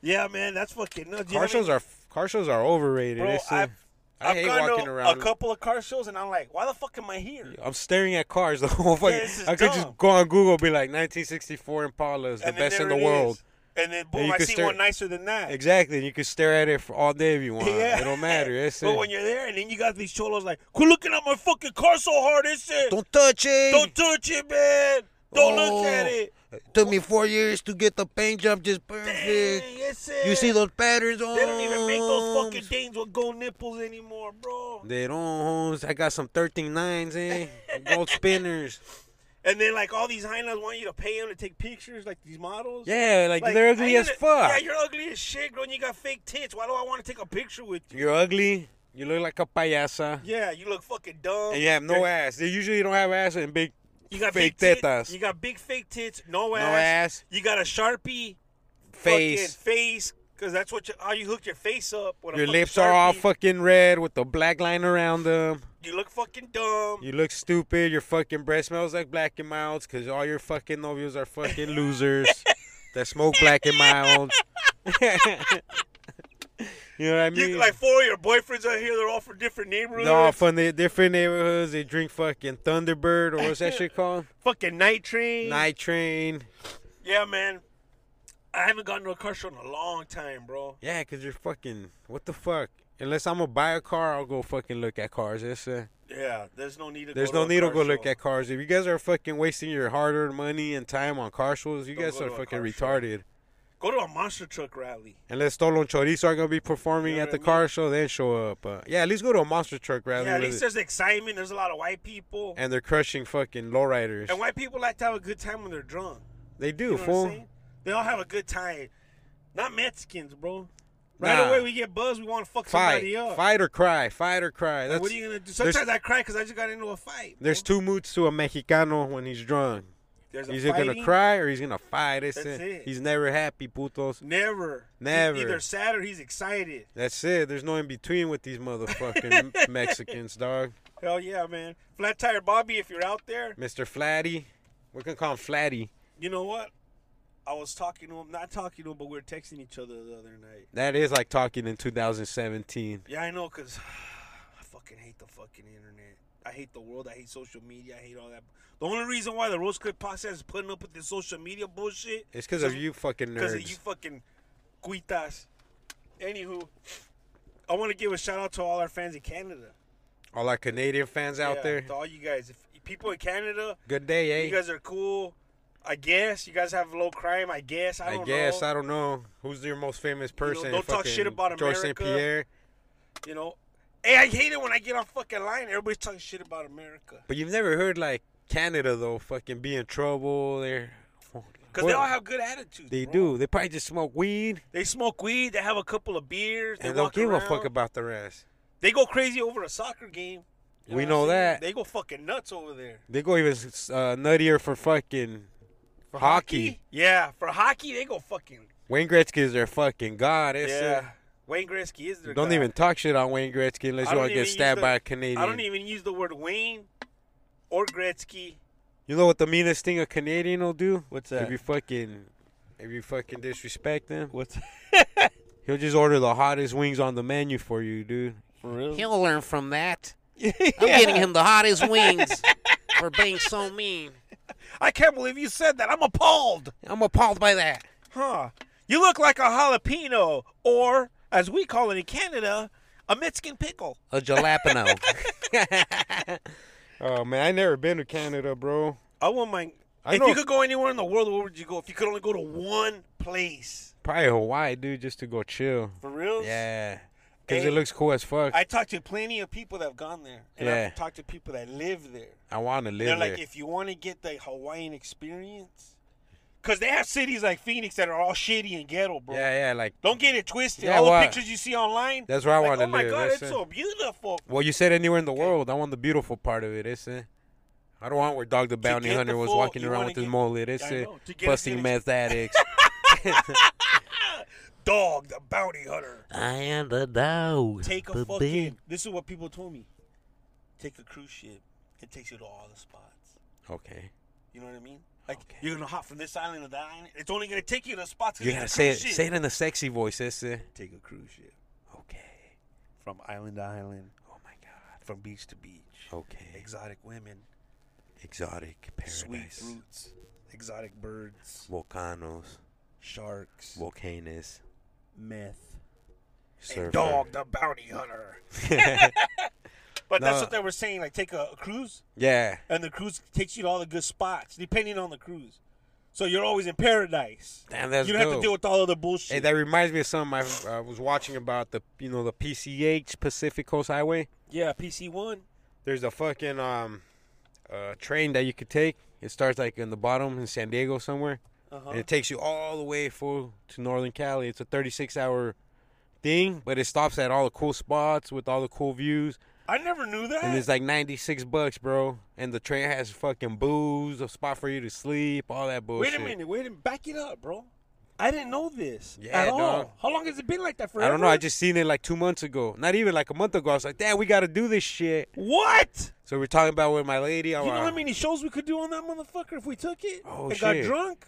[SPEAKER 4] Yeah, man, that's fucking nuts. You know
[SPEAKER 5] car
[SPEAKER 4] what I mean?
[SPEAKER 5] shows are car shows are overrated.
[SPEAKER 4] Bro,
[SPEAKER 5] It's, uh,
[SPEAKER 4] I've-
[SPEAKER 5] I
[SPEAKER 4] I've
[SPEAKER 5] hate
[SPEAKER 4] gone
[SPEAKER 5] walking
[SPEAKER 4] to
[SPEAKER 5] around.
[SPEAKER 4] a couple of car shows and I'm like, why the fuck am I here?
[SPEAKER 5] I'm staring at cars the whole fucking.
[SPEAKER 4] this is
[SPEAKER 5] I could
[SPEAKER 4] dumb.
[SPEAKER 5] just go on Google, be like 1964 Impala is the
[SPEAKER 4] And then
[SPEAKER 5] best in
[SPEAKER 4] there
[SPEAKER 5] the
[SPEAKER 4] it
[SPEAKER 5] world.
[SPEAKER 4] is. And then boom,
[SPEAKER 5] you
[SPEAKER 4] I
[SPEAKER 5] could
[SPEAKER 4] see
[SPEAKER 5] stare-
[SPEAKER 4] one nicer than that.
[SPEAKER 5] Exactly, and you can stare at it for all day if you want.
[SPEAKER 4] Yeah.
[SPEAKER 5] It don't matter. That's
[SPEAKER 4] But
[SPEAKER 5] it.
[SPEAKER 4] when you're there and then you got these cholos like, quit looking at my fucking car so hard, it's it. Don't,
[SPEAKER 5] don't touch it.
[SPEAKER 4] touch it, man. Don't look at
[SPEAKER 5] Oh.
[SPEAKER 4] it.
[SPEAKER 5] Took me four years to get the paint job just perfect.
[SPEAKER 4] Dang, it's it.
[SPEAKER 5] those patterns on.
[SPEAKER 4] They don't even make those fucking things with gold nipples anymore, bro.
[SPEAKER 5] They don't, Holmes. I got some 139s, eh? Gold spinners.
[SPEAKER 4] And then like all these hyenas want you to pay them to take pictures, like these models.
[SPEAKER 5] Yeah, like,
[SPEAKER 4] Like,
[SPEAKER 5] they're
[SPEAKER 4] I
[SPEAKER 5] ugly
[SPEAKER 4] need
[SPEAKER 5] as
[SPEAKER 4] to-
[SPEAKER 5] fuck.
[SPEAKER 4] Yeah,
[SPEAKER 5] you're,
[SPEAKER 4] you're ugly as shit, bro. And you got fake tits. Why do I want to take a picture with you?
[SPEAKER 5] ugly. You look like a payasa.
[SPEAKER 4] Yeah, you look fucking dumb.
[SPEAKER 5] And you have no
[SPEAKER 4] You're-
[SPEAKER 5] ass. They usually don't have ass and big.
[SPEAKER 4] You got
[SPEAKER 5] fake
[SPEAKER 4] big tit-
[SPEAKER 5] tetas.
[SPEAKER 4] You got big fake tits, no ass.
[SPEAKER 5] ass.
[SPEAKER 4] You got a sharpie
[SPEAKER 5] Face.
[SPEAKER 4] fucking face, because that's what you, how you hook your face up. With a
[SPEAKER 5] Your
[SPEAKER 4] fucking
[SPEAKER 5] lips are all
[SPEAKER 4] Sharpie.
[SPEAKER 5] fucking red with the black line around them.
[SPEAKER 4] You look fucking dumb.
[SPEAKER 5] You look stupid. Your fucking breath smells like black and milds because all your fucking novios are fucking losers that smoke black and milds. you know what I
[SPEAKER 4] You,
[SPEAKER 5] mean?
[SPEAKER 4] like four of your boyfriends out here. They're all from different neighborhoods.
[SPEAKER 5] They're all from the different neighborhoods. They drink fucking Thunderbird or what's that shit called?
[SPEAKER 4] fucking night train.
[SPEAKER 5] Night Train.
[SPEAKER 4] Yeah, man. I haven't gotten to a car show in a long time, bro.
[SPEAKER 5] Yeah, cause you're fucking. What the fuck? Unless I'm gonna buy a car, I'll go fucking look at cars. That's uh,
[SPEAKER 4] Yeah, there's no need to.
[SPEAKER 5] there's
[SPEAKER 4] go
[SPEAKER 5] no
[SPEAKER 4] to a
[SPEAKER 5] need to
[SPEAKER 4] car
[SPEAKER 5] go look
[SPEAKER 4] show.
[SPEAKER 5] at cars. If you guys are fucking wasting your hard-earned money and time on car shows, you
[SPEAKER 4] Don't
[SPEAKER 5] guys
[SPEAKER 4] go
[SPEAKER 5] are
[SPEAKER 4] to a
[SPEAKER 5] fucking
[SPEAKER 4] car show.
[SPEAKER 5] retarded.
[SPEAKER 4] Go to a monster truck rally.
[SPEAKER 5] Unless Stolo and Chorizo are gonna be performing
[SPEAKER 4] You know
[SPEAKER 5] at
[SPEAKER 4] what
[SPEAKER 5] the
[SPEAKER 4] I mean?
[SPEAKER 5] car show, then show up. Uh, yeah, at least go to a monster truck rally.
[SPEAKER 4] yeah, at
[SPEAKER 5] with
[SPEAKER 4] least
[SPEAKER 5] it.
[SPEAKER 4] there's excitement. There's a lot of white people, and,
[SPEAKER 5] and they're crushing fucking lowriders.
[SPEAKER 4] white people like to have a good time when they're drunk.
[SPEAKER 5] they do,
[SPEAKER 4] You know what I'm
[SPEAKER 5] fool.
[SPEAKER 4] saying? They all have a good time. Not Mexicans, bro. Right
[SPEAKER 5] Nah.
[SPEAKER 4] away we get buzzed. We want to fuck
[SPEAKER 5] Fight,
[SPEAKER 4] somebody up.
[SPEAKER 5] fight or cry, fight or cry.
[SPEAKER 4] Like,
[SPEAKER 5] That's
[SPEAKER 4] what are you gonna do?
[SPEAKER 5] there's-
[SPEAKER 4] Sometimes I cry because I just got into a fight. bro.
[SPEAKER 5] there's two moods to a Mexicano when he's drunk.
[SPEAKER 4] there's a
[SPEAKER 5] He's either
[SPEAKER 4] fighting.
[SPEAKER 5] gonna cry or he's gonna fight. That's,
[SPEAKER 4] That's
[SPEAKER 5] it.
[SPEAKER 4] it.
[SPEAKER 5] He's never happy, putos.
[SPEAKER 4] Never, He's
[SPEAKER 5] Never.
[SPEAKER 4] either sad or he's excited.
[SPEAKER 5] That's it. There's no in between with these motherfucking Mexicans, dog.
[SPEAKER 4] Hell yeah, man. Flat tire Bobby, if you're out there,
[SPEAKER 5] Mr. Flatty, we can call him Flatty.
[SPEAKER 4] you know what? I was talking to him, not talking to him, but we were texting each other the other night.
[SPEAKER 5] That is like talking in 2017.
[SPEAKER 4] Yeah, I know, cause I fucking hate the fucking internet. I hate the world. I hate social media. I hate all that. The only reason why the Rose Clip podcast is putting up with this social media bullshit
[SPEAKER 5] It's because of you fucking
[SPEAKER 4] because
[SPEAKER 5] nerds.
[SPEAKER 4] of you fucking cuitas. Anywho, I want to give a shout out to all our fans in Canada.
[SPEAKER 5] all our Canadian fans out
[SPEAKER 4] Yeah,
[SPEAKER 5] there.
[SPEAKER 4] to all you guys. If people in Canada,
[SPEAKER 5] Good day, eh?
[SPEAKER 4] you guys are cool. I guess you guys have low crime. I guess I
[SPEAKER 5] I,
[SPEAKER 4] don't
[SPEAKER 5] guess
[SPEAKER 4] know.
[SPEAKER 5] I don't know who's your most famous person.
[SPEAKER 4] don't talk
[SPEAKER 5] fucking
[SPEAKER 4] shit about
[SPEAKER 5] George St.
[SPEAKER 4] America.
[SPEAKER 5] Pierre,
[SPEAKER 4] you know, hey, I hate it when I get on fucking line. Everybody's talking shit about America.
[SPEAKER 5] but you've never heard like Canada though, fucking be in trouble. They're
[SPEAKER 4] Because they all have good attitudes.
[SPEAKER 5] They
[SPEAKER 4] bro.
[SPEAKER 5] do. They probably just smoke weed
[SPEAKER 4] They smoke weed. They have a couple of beers. They
[SPEAKER 5] and don't
[SPEAKER 4] walk
[SPEAKER 5] give a fuck
[SPEAKER 4] around.
[SPEAKER 5] about the rest.
[SPEAKER 4] They go crazy over a soccer game.
[SPEAKER 5] we
[SPEAKER 4] You what I'm
[SPEAKER 5] know
[SPEAKER 4] saying?
[SPEAKER 5] that. They,
[SPEAKER 4] They go fucking nuts over there.
[SPEAKER 5] go even uh, nuttier for fucking hockey.
[SPEAKER 4] Yeah, for hockey they go fucking.
[SPEAKER 5] Wayne Gretzky is their fucking god. It's
[SPEAKER 4] yeah. Wayne Gretzky is
[SPEAKER 5] uh,
[SPEAKER 4] their.
[SPEAKER 5] don't
[SPEAKER 4] guy.
[SPEAKER 5] even talk shit on Wayne Gretzky
[SPEAKER 4] I
[SPEAKER 5] unless you
[SPEAKER 4] don't
[SPEAKER 5] want to
[SPEAKER 4] even
[SPEAKER 5] get
[SPEAKER 4] use
[SPEAKER 5] stabbed
[SPEAKER 4] the-
[SPEAKER 5] by a Canadian.
[SPEAKER 4] I don't e even use the word Wayne or Gretzky.
[SPEAKER 5] You know what the meanest thing a Canadian will do?
[SPEAKER 4] What's
[SPEAKER 5] If you fucking, if you fucking disrespect them,
[SPEAKER 4] What's
[SPEAKER 5] he'll just order the hottest wings on the menu for you, dude.
[SPEAKER 4] for real?
[SPEAKER 6] He'll learn from that. I'm getting him the hottest wings for being so mean.
[SPEAKER 4] I can't believe you said that. I'm appalled.
[SPEAKER 6] I'm appalled by that.
[SPEAKER 4] Huh. You look like a jalapeno, or as we call it in Canada, a Mexican pickle.
[SPEAKER 6] A jalapeno.
[SPEAKER 5] Oh man, I never been to Canada, bro.
[SPEAKER 4] I wouldn't mind.
[SPEAKER 5] I
[SPEAKER 4] if
[SPEAKER 5] know-
[SPEAKER 4] you could go anywhere in the world, where would you go? If you could only go to one place.
[SPEAKER 5] Probably Hawaii, dude, just to go chill.
[SPEAKER 4] For real?
[SPEAKER 5] Yeah, cause
[SPEAKER 4] Hey.
[SPEAKER 5] it looks cool as fuck. I,
[SPEAKER 4] I talked to plenty of people that have gone there. And
[SPEAKER 5] Yeah.
[SPEAKER 4] I've talked to people that live there.
[SPEAKER 5] want to
[SPEAKER 4] They're
[SPEAKER 5] live
[SPEAKER 4] like,
[SPEAKER 5] there.
[SPEAKER 4] if you want to get the Hawaiian experience, Cause they have cities like Phoenix that are all shitty and ghetto, bro.
[SPEAKER 5] Yeah, yeah, like
[SPEAKER 4] Don't get it twisted.
[SPEAKER 5] Yeah,
[SPEAKER 4] all
[SPEAKER 5] why-
[SPEAKER 4] the pictures you see online.
[SPEAKER 5] that's where I
[SPEAKER 4] like,
[SPEAKER 5] want to
[SPEAKER 4] oh my
[SPEAKER 5] live.
[SPEAKER 4] god,
[SPEAKER 5] that's
[SPEAKER 4] it's
[SPEAKER 5] it.
[SPEAKER 4] so beautiful.
[SPEAKER 5] well, you said anywhere in the world. I want the beautiful part of it. It's it. I don't want where Dog the Bounty
[SPEAKER 4] get the
[SPEAKER 5] Hunter was
[SPEAKER 4] full-
[SPEAKER 5] walking
[SPEAKER 4] you
[SPEAKER 5] around
[SPEAKER 4] wanna
[SPEAKER 5] with his
[SPEAKER 4] get-
[SPEAKER 5] mullet. It's
[SPEAKER 4] I
[SPEAKER 5] it.
[SPEAKER 4] know, to get a
[SPEAKER 5] Busting
[SPEAKER 4] feeling-
[SPEAKER 5] meth addicts.
[SPEAKER 4] Dog, the bounty hunter.
[SPEAKER 7] I am the dog.
[SPEAKER 4] Take a
[SPEAKER 7] the
[SPEAKER 4] fucking.
[SPEAKER 7] big-
[SPEAKER 4] This is what people told me. Take a cruise ship. It takes you to all the spots.
[SPEAKER 5] okay.
[SPEAKER 4] You know what I mean? Like you're gonna hop from this island to that island. It's only gonna take you to spots. 'cause
[SPEAKER 5] You
[SPEAKER 4] it's
[SPEAKER 5] gotta
[SPEAKER 4] a
[SPEAKER 5] say it.
[SPEAKER 4] cruise ship.
[SPEAKER 5] Say it in a sexy voice. It's it.
[SPEAKER 4] Take a cruise ship
[SPEAKER 5] Okay.
[SPEAKER 4] from island to island,
[SPEAKER 5] Oh my God.
[SPEAKER 4] from beach to beach.
[SPEAKER 5] Okay.
[SPEAKER 4] Exotic women,
[SPEAKER 5] Exotic
[SPEAKER 4] sweet
[SPEAKER 5] paradise.
[SPEAKER 4] fruits, exotic birds,
[SPEAKER 5] Volcanoes.
[SPEAKER 4] sharks,
[SPEAKER 5] Volcanoes.
[SPEAKER 4] meth,
[SPEAKER 5] Surfer.
[SPEAKER 4] and dog the bounty hunter. But
[SPEAKER 5] No.
[SPEAKER 4] that's what they were saying. Like take a, a cruise,
[SPEAKER 5] Yeah.
[SPEAKER 4] and the cruise takes you to all the good spots, depending on the cruise. So you're always in paradise.
[SPEAKER 5] Damn, that's
[SPEAKER 4] you don't have to
[SPEAKER 5] dope.
[SPEAKER 4] deal with all of the bullshit.
[SPEAKER 5] Hey, that reminds me of something I, I was watching about the you know the PCH Pacific Coast Highway.
[SPEAKER 4] yeah, PC one.
[SPEAKER 5] There's a fucking um uh, train that you could take. It starts like in the bottom in San Diego somewhere, and it takes you all the way full to Northern Cali. It's a 36 hour thing, but it stops at all the cool spots with all the cool views,
[SPEAKER 4] I never knew that.
[SPEAKER 5] and it's like 96 bucks, bro. And the train has fucking booze, a spot for you to sleep, all that bullshit.
[SPEAKER 4] Wait a minute, wait a minute. Back it up, bro. I didn't know this
[SPEAKER 5] Yeah,
[SPEAKER 4] at all.
[SPEAKER 5] dog.
[SPEAKER 4] How long has it been like that for?
[SPEAKER 5] I don't know. I just seen it like two months ago. Not even like a month ago. I was like, "Damn, we got to do this shit."
[SPEAKER 4] what?
[SPEAKER 5] So we're talking about with my lady. I'm
[SPEAKER 4] You know
[SPEAKER 5] like,
[SPEAKER 4] how many shows we could do on that motherfucker if we took it
[SPEAKER 5] Oh,
[SPEAKER 4] and
[SPEAKER 5] shit.
[SPEAKER 4] got drunk?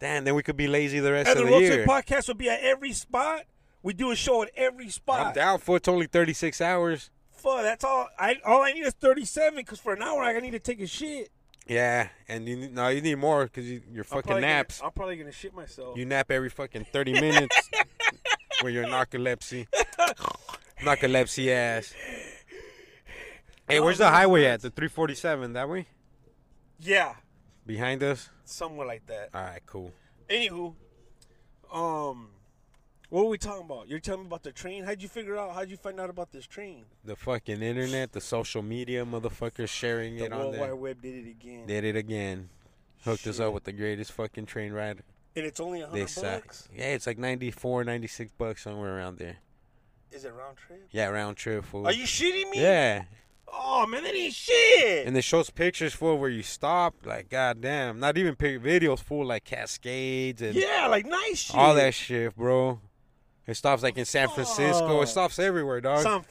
[SPEAKER 5] Damn, then we could be lazy the rest
[SPEAKER 4] And the
[SPEAKER 5] of the
[SPEAKER 4] road
[SPEAKER 5] year.
[SPEAKER 4] trip podcast would be at every spot. We do a show at every spot.
[SPEAKER 5] I'm down for it. It's only 36 hours.
[SPEAKER 4] Fuck, that's all. I all I need is thirty-seven. Cause for an hour I need to take a shit.
[SPEAKER 5] Yeah, and you no, you need more because you, your
[SPEAKER 4] I'm
[SPEAKER 5] fucking
[SPEAKER 4] probably gonna-
[SPEAKER 5] naps.
[SPEAKER 4] I'm probably gonna shit myself.
[SPEAKER 5] You nap every fucking 30 minutes when you're narcolepsy. narcolepsy ass. Hey, where's the highway at? The 347, that way?
[SPEAKER 4] yeah,
[SPEAKER 5] Behind us?
[SPEAKER 4] somewhere like that.
[SPEAKER 5] All right, cool.
[SPEAKER 4] Anywho, um, what were we talking about? You're telling me about the train. How'd you figure out? How'd you find out about this train?
[SPEAKER 5] The fucking internet, the social media, motherfuckers sharing
[SPEAKER 4] The
[SPEAKER 5] it on
[SPEAKER 4] World Wide
[SPEAKER 5] there.
[SPEAKER 4] Web did it again,
[SPEAKER 5] Did it again. Hooked us up with the greatest fucking train ride
[SPEAKER 4] and it's only a
[SPEAKER 5] They
[SPEAKER 4] hundred
[SPEAKER 5] suck.
[SPEAKER 4] bucks.
[SPEAKER 5] Yeah, it's like 94, 96 bucks somewhere around there.
[SPEAKER 4] Is it round trip?
[SPEAKER 5] Yeah, round trip. Fool.
[SPEAKER 4] Are you shitting me?
[SPEAKER 5] Yeah,
[SPEAKER 4] Oh man, that ain't shit.
[SPEAKER 5] and it shows pictures for where you stop. Like, goddamn, not even pic- videos full like cascades and
[SPEAKER 4] yeah, like nice shit.
[SPEAKER 5] all that shit, bro. It stops like in San Francisco. It
[SPEAKER 4] Fuck.
[SPEAKER 5] stops everywhere, dog. San,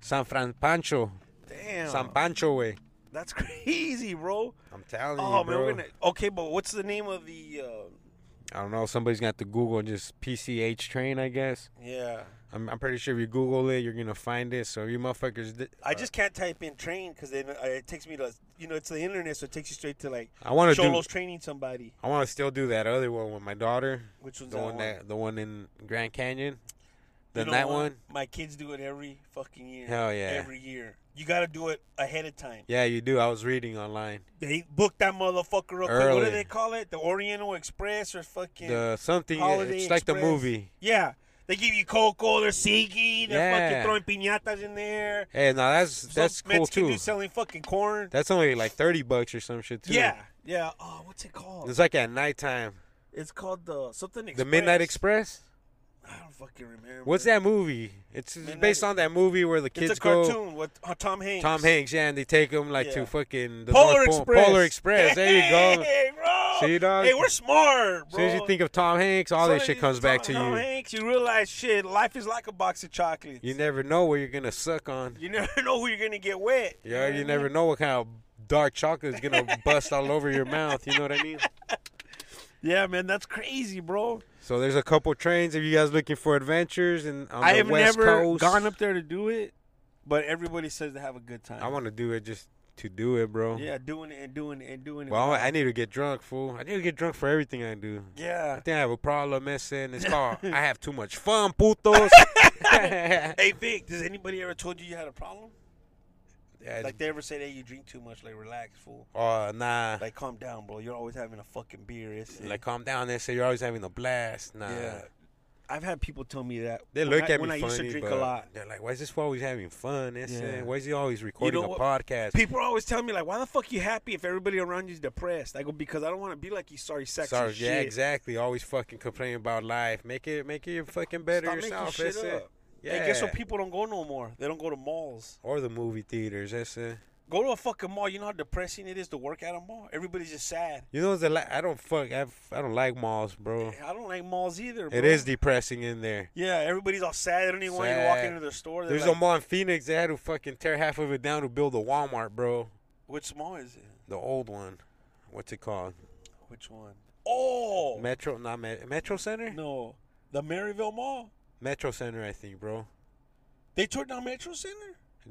[SPEAKER 4] San Fran.
[SPEAKER 5] Fran Pancho,
[SPEAKER 4] Damn.
[SPEAKER 5] San Pancho way.
[SPEAKER 4] That's crazy, bro.
[SPEAKER 5] I'm telling
[SPEAKER 4] Oh
[SPEAKER 5] you,
[SPEAKER 4] man,
[SPEAKER 5] bro.
[SPEAKER 4] we're gonna. Okay, but what's the name of the? Uh,
[SPEAKER 5] I don't know. Somebody's gonna have to Google just PCH train, I guess.
[SPEAKER 4] yeah,
[SPEAKER 5] I'm, I'm pretty sure if you Google it, you're gonna find it. So you motherfuckers, di-
[SPEAKER 4] I just can't type in train because then uh, it takes me to you know it's the internet, so it takes you straight to like
[SPEAKER 5] I want to do.
[SPEAKER 4] Cholos training somebody.
[SPEAKER 5] I want to still do that other one with my daughter.
[SPEAKER 4] Which one's
[SPEAKER 5] The
[SPEAKER 4] that
[SPEAKER 5] one
[SPEAKER 4] one?
[SPEAKER 5] that the one in Grand Canyon.
[SPEAKER 4] You
[SPEAKER 5] Then
[SPEAKER 4] know
[SPEAKER 5] that
[SPEAKER 4] what?
[SPEAKER 5] one.
[SPEAKER 4] My kids do it every fucking year.
[SPEAKER 5] Hell yeah.
[SPEAKER 4] Every year. You got to do it ahead of time.
[SPEAKER 5] Yeah, you do. I was reading online.
[SPEAKER 4] They book that motherfucker up. quick. What
[SPEAKER 5] Early.
[SPEAKER 4] do they call it? The Oriental Express or fucking
[SPEAKER 5] The something.
[SPEAKER 4] Holiday
[SPEAKER 5] it's like the
[SPEAKER 4] Express.
[SPEAKER 5] movie.
[SPEAKER 4] Yeah. They give you cocoa, they're siki, they're
[SPEAKER 5] Yeah.
[SPEAKER 4] fucking throwing piñatas in there.
[SPEAKER 5] Hey, now that's that's
[SPEAKER 4] Some
[SPEAKER 5] cool
[SPEAKER 4] Mexican
[SPEAKER 5] too.
[SPEAKER 4] dude selling fucking corn.
[SPEAKER 5] That's only like thirty bucks or some shit too.
[SPEAKER 4] yeah. Yeah. Oh, what's it called?
[SPEAKER 5] It's like at nighttime.
[SPEAKER 4] it's called the something Express.
[SPEAKER 5] The Midnight Express.
[SPEAKER 4] I don't fucking remember.
[SPEAKER 5] What's that movie? It's it's
[SPEAKER 4] Midnight
[SPEAKER 5] based on that movie where the
[SPEAKER 4] It's
[SPEAKER 5] kids
[SPEAKER 4] a
[SPEAKER 5] go.
[SPEAKER 4] cartoon with uh, Tom Hanks.
[SPEAKER 5] Tom Hanks, yeah, and they take them like
[SPEAKER 4] Yeah.
[SPEAKER 5] to fucking the
[SPEAKER 4] Polar
[SPEAKER 5] North Pole-
[SPEAKER 4] Express.
[SPEAKER 5] Polar Express. There you go.
[SPEAKER 4] Hey, bro.
[SPEAKER 5] See, dog?
[SPEAKER 4] Hey, we're smart,
[SPEAKER 5] As
[SPEAKER 4] bro.
[SPEAKER 5] soon as you think of Tom Hanks, all
[SPEAKER 4] Soon
[SPEAKER 5] that
[SPEAKER 4] as
[SPEAKER 5] shit
[SPEAKER 4] you
[SPEAKER 5] comes back
[SPEAKER 4] talk
[SPEAKER 5] to
[SPEAKER 4] Tom
[SPEAKER 5] you.
[SPEAKER 4] Hanks, you realize shit. Life is like a box of chocolates.
[SPEAKER 5] You
[SPEAKER 4] You,
[SPEAKER 5] never know where you're gonna suck on.
[SPEAKER 4] never know who you're gonna get wet.
[SPEAKER 5] Yeah, you never know what kind of dark chocolate's gonna bust all over your mouth. You know what I mean?
[SPEAKER 4] Yeah, man, that's crazy, bro.
[SPEAKER 5] So there's a couple trains if you guys looking for adventures and on
[SPEAKER 4] I
[SPEAKER 5] the
[SPEAKER 4] have
[SPEAKER 5] West
[SPEAKER 4] never
[SPEAKER 5] Coast.
[SPEAKER 4] gone up there to do it, but everybody says to have a good time.
[SPEAKER 5] I want to do it just to do it, bro.
[SPEAKER 4] yeah, doing it and doing it and doing it.
[SPEAKER 5] Well, I I need to get drunk, fool. I need to get drunk for everything I do. I
[SPEAKER 4] yeah.
[SPEAKER 5] think I have a problem, ese, and it's called I have too much fun, putos. yeah,
[SPEAKER 4] Hey Vic, does anybody ever told you you had a problem?
[SPEAKER 5] it's-
[SPEAKER 4] Like they ever say that you drink too much, like relax, fool.
[SPEAKER 5] oh nah. Like,
[SPEAKER 4] Like calm down, bro. You're always having a fucking beer. It's
[SPEAKER 5] calm down, ese. You're always having a blast. Nah.
[SPEAKER 4] Yeah. I've had people tell me that
[SPEAKER 5] uh, They
[SPEAKER 4] when
[SPEAKER 5] look
[SPEAKER 4] I,
[SPEAKER 5] at me
[SPEAKER 4] when I
[SPEAKER 5] funny,
[SPEAKER 4] used to drink
[SPEAKER 5] but
[SPEAKER 4] a lot.
[SPEAKER 5] They're like, "Why is this fool always having fun? That's
[SPEAKER 4] Yeah.
[SPEAKER 5] it. Why is he always recording
[SPEAKER 4] know
[SPEAKER 5] a
[SPEAKER 4] what?
[SPEAKER 5] podcast?"
[SPEAKER 4] People always tell me like, "Why the fuck you happy if everybody around you's depressed?" I go because I don't want to be like you, sorry, sexy
[SPEAKER 5] Sorry,
[SPEAKER 4] shit.
[SPEAKER 5] yeah, exactly. Always fucking complaining about life. Make it, make it fucking better
[SPEAKER 4] Stop making
[SPEAKER 5] yourself.
[SPEAKER 4] shit
[SPEAKER 5] That's it.
[SPEAKER 4] up.
[SPEAKER 5] Yeah.
[SPEAKER 4] Hey, guess what? People don't go no more. They don't go to malls.
[SPEAKER 5] or the movie theaters. That's it.
[SPEAKER 4] Go to a fucking mall. You know how depressing it is to work at a mall. Everybody's just sad.
[SPEAKER 5] You know, what's the la- I don't fuck. I've, I don't like malls, bro.
[SPEAKER 4] I don't like malls either. Bro.
[SPEAKER 5] Mm. It is depressing in there.
[SPEAKER 4] Yeah, everybody's all sad. They don't even want you to walk
[SPEAKER 5] Sad.
[SPEAKER 4] into the store. They're
[SPEAKER 5] There's
[SPEAKER 4] like,
[SPEAKER 5] a mall in Phoenix. They had to fucking tear half of it down to build a Walmart, bro.
[SPEAKER 4] which mall is it?
[SPEAKER 5] The old one. What's it called?
[SPEAKER 4] Which one? Oh
[SPEAKER 5] Metro, not Met- Metro Center.
[SPEAKER 4] no, the Maryville Mall.
[SPEAKER 5] Metro Center, I think, bro.
[SPEAKER 4] They tore down Metro Center.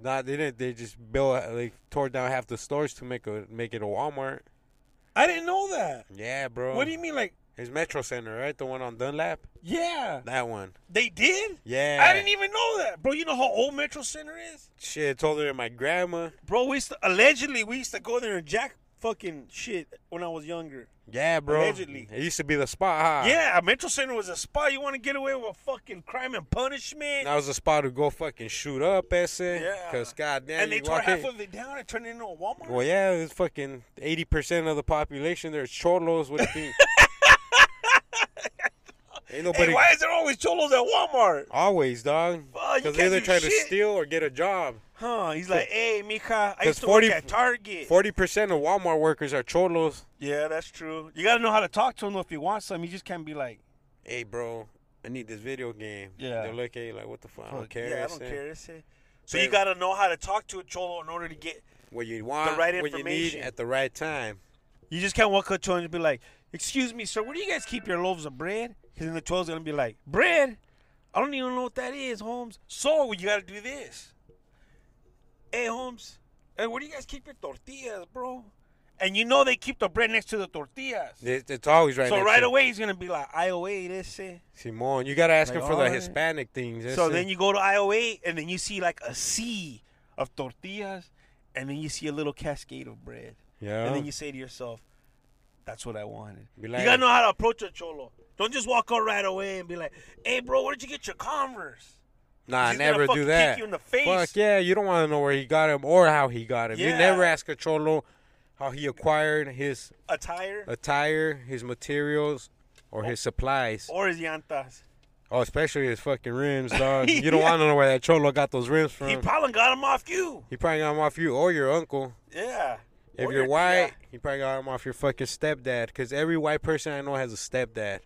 [SPEAKER 5] Nah, they didn't. They just built, like, tore down half the stores to make a make it a Walmart.
[SPEAKER 4] I didn't know that.
[SPEAKER 5] Yeah, bro.
[SPEAKER 4] What do you mean, like?
[SPEAKER 5] It's Metro Center, right? The one on Dunlap.
[SPEAKER 4] Yeah,
[SPEAKER 5] That one.
[SPEAKER 4] they did.
[SPEAKER 5] Yeah.
[SPEAKER 4] I didn't even know that, bro. You know how old Metro Center is,
[SPEAKER 5] Shit, told her my grandma.
[SPEAKER 4] bro. We used to, allegedly we used to go there and jack fucking shit when I was younger.
[SPEAKER 5] Yeah, bro.
[SPEAKER 4] Allegedly.
[SPEAKER 5] It used to be the spot. Huh?
[SPEAKER 4] Yeah, Metro Center was a spot you want to get away with fucking crime and punishment.
[SPEAKER 5] That was the spot to go fucking shoot up, ese.
[SPEAKER 4] Yeah.
[SPEAKER 5] Cause goddamn,
[SPEAKER 4] and they
[SPEAKER 5] you
[SPEAKER 4] tore
[SPEAKER 5] walk
[SPEAKER 4] half
[SPEAKER 5] in-
[SPEAKER 4] of it down and turned it into a Walmart.
[SPEAKER 5] Well, yeah, it's fucking eighty percent of the population. They're cholos with a thing. Ain't
[SPEAKER 4] hey,
[SPEAKER 5] nobody
[SPEAKER 4] why is there always cholos at Walmart?
[SPEAKER 5] always dog.
[SPEAKER 4] Oh, you
[SPEAKER 5] Because
[SPEAKER 4] can't
[SPEAKER 5] they either
[SPEAKER 4] do
[SPEAKER 5] try to
[SPEAKER 4] shit.
[SPEAKER 5] steal or get a job.
[SPEAKER 4] Huh? He's like, hey, mija, I
[SPEAKER 5] 'Cause
[SPEAKER 4] used to
[SPEAKER 5] 40
[SPEAKER 4] work at Target.
[SPEAKER 5] Forty percent of Walmart workers are cholos.
[SPEAKER 4] Yeah, that's true. You gotta know how to talk to him if you want something. You just can't be like,
[SPEAKER 5] Hey, bro, I need this video game.
[SPEAKER 4] Yeah.
[SPEAKER 5] They look at you like, what the fuck? I don't care.
[SPEAKER 4] yeah, I
[SPEAKER 5] ese.
[SPEAKER 4] don't care. it's it. So you
[SPEAKER 5] Fair.
[SPEAKER 4] gotta know how to talk to a cholo in order to get.
[SPEAKER 5] What you want,
[SPEAKER 4] right
[SPEAKER 5] what you need
[SPEAKER 4] information.
[SPEAKER 5] at the right time.
[SPEAKER 4] You just can't walk up to him and be like, "Excuse me, sir, where do you guys keep your loaves of bread?" Because then the cholo's gonna be like, "Bread? I don't even know what that is, Holmes." So you gotta do this. Hey, Holmes. Hey, where do you guys keep your tortillas, bro? And you know they keep the bread next to the tortillas.
[SPEAKER 5] It, it's always right.
[SPEAKER 4] so
[SPEAKER 5] next
[SPEAKER 4] right
[SPEAKER 5] to-
[SPEAKER 4] away he's gonna be like, "IOA, this." eh."
[SPEAKER 5] Simone, you gotta ask
[SPEAKER 4] Like,
[SPEAKER 5] him for the
[SPEAKER 4] alright.
[SPEAKER 5] Hispanic things.
[SPEAKER 4] So
[SPEAKER 5] ese.
[SPEAKER 4] then you go to IOA and then you see like a sea of tortillas and then you see a little cascade of bread.
[SPEAKER 5] yeah.
[SPEAKER 4] And then you say to yourself, that's what I wanted.
[SPEAKER 5] Be like-
[SPEAKER 4] you gotta know how to approach a cholo. Don't just walk out right away and be like, hey, bro, where'd you get your Converse?
[SPEAKER 5] Nah,
[SPEAKER 4] He's gonna
[SPEAKER 5] never
[SPEAKER 4] fucking
[SPEAKER 5] do that.
[SPEAKER 4] kick you in the face.
[SPEAKER 5] Fuck yeah, you don't want to know where he got him or how he got him. You
[SPEAKER 4] Yeah.
[SPEAKER 5] never ask a cholo how he acquired his
[SPEAKER 4] Attire
[SPEAKER 5] attire, his materials, or his supplies.
[SPEAKER 4] or his llantas?
[SPEAKER 5] Oh, especially his fucking rims, dog. You don't want to know where that cholo got those rims from.
[SPEAKER 4] He probably got them off you.
[SPEAKER 5] He probably got them off you or your uncle.
[SPEAKER 4] Yeah.
[SPEAKER 5] If
[SPEAKER 4] Or
[SPEAKER 5] you're
[SPEAKER 4] your-
[SPEAKER 5] white,
[SPEAKER 4] yeah.
[SPEAKER 5] he probably got them off your fucking stepdad. Because every white person I know has a stepdad.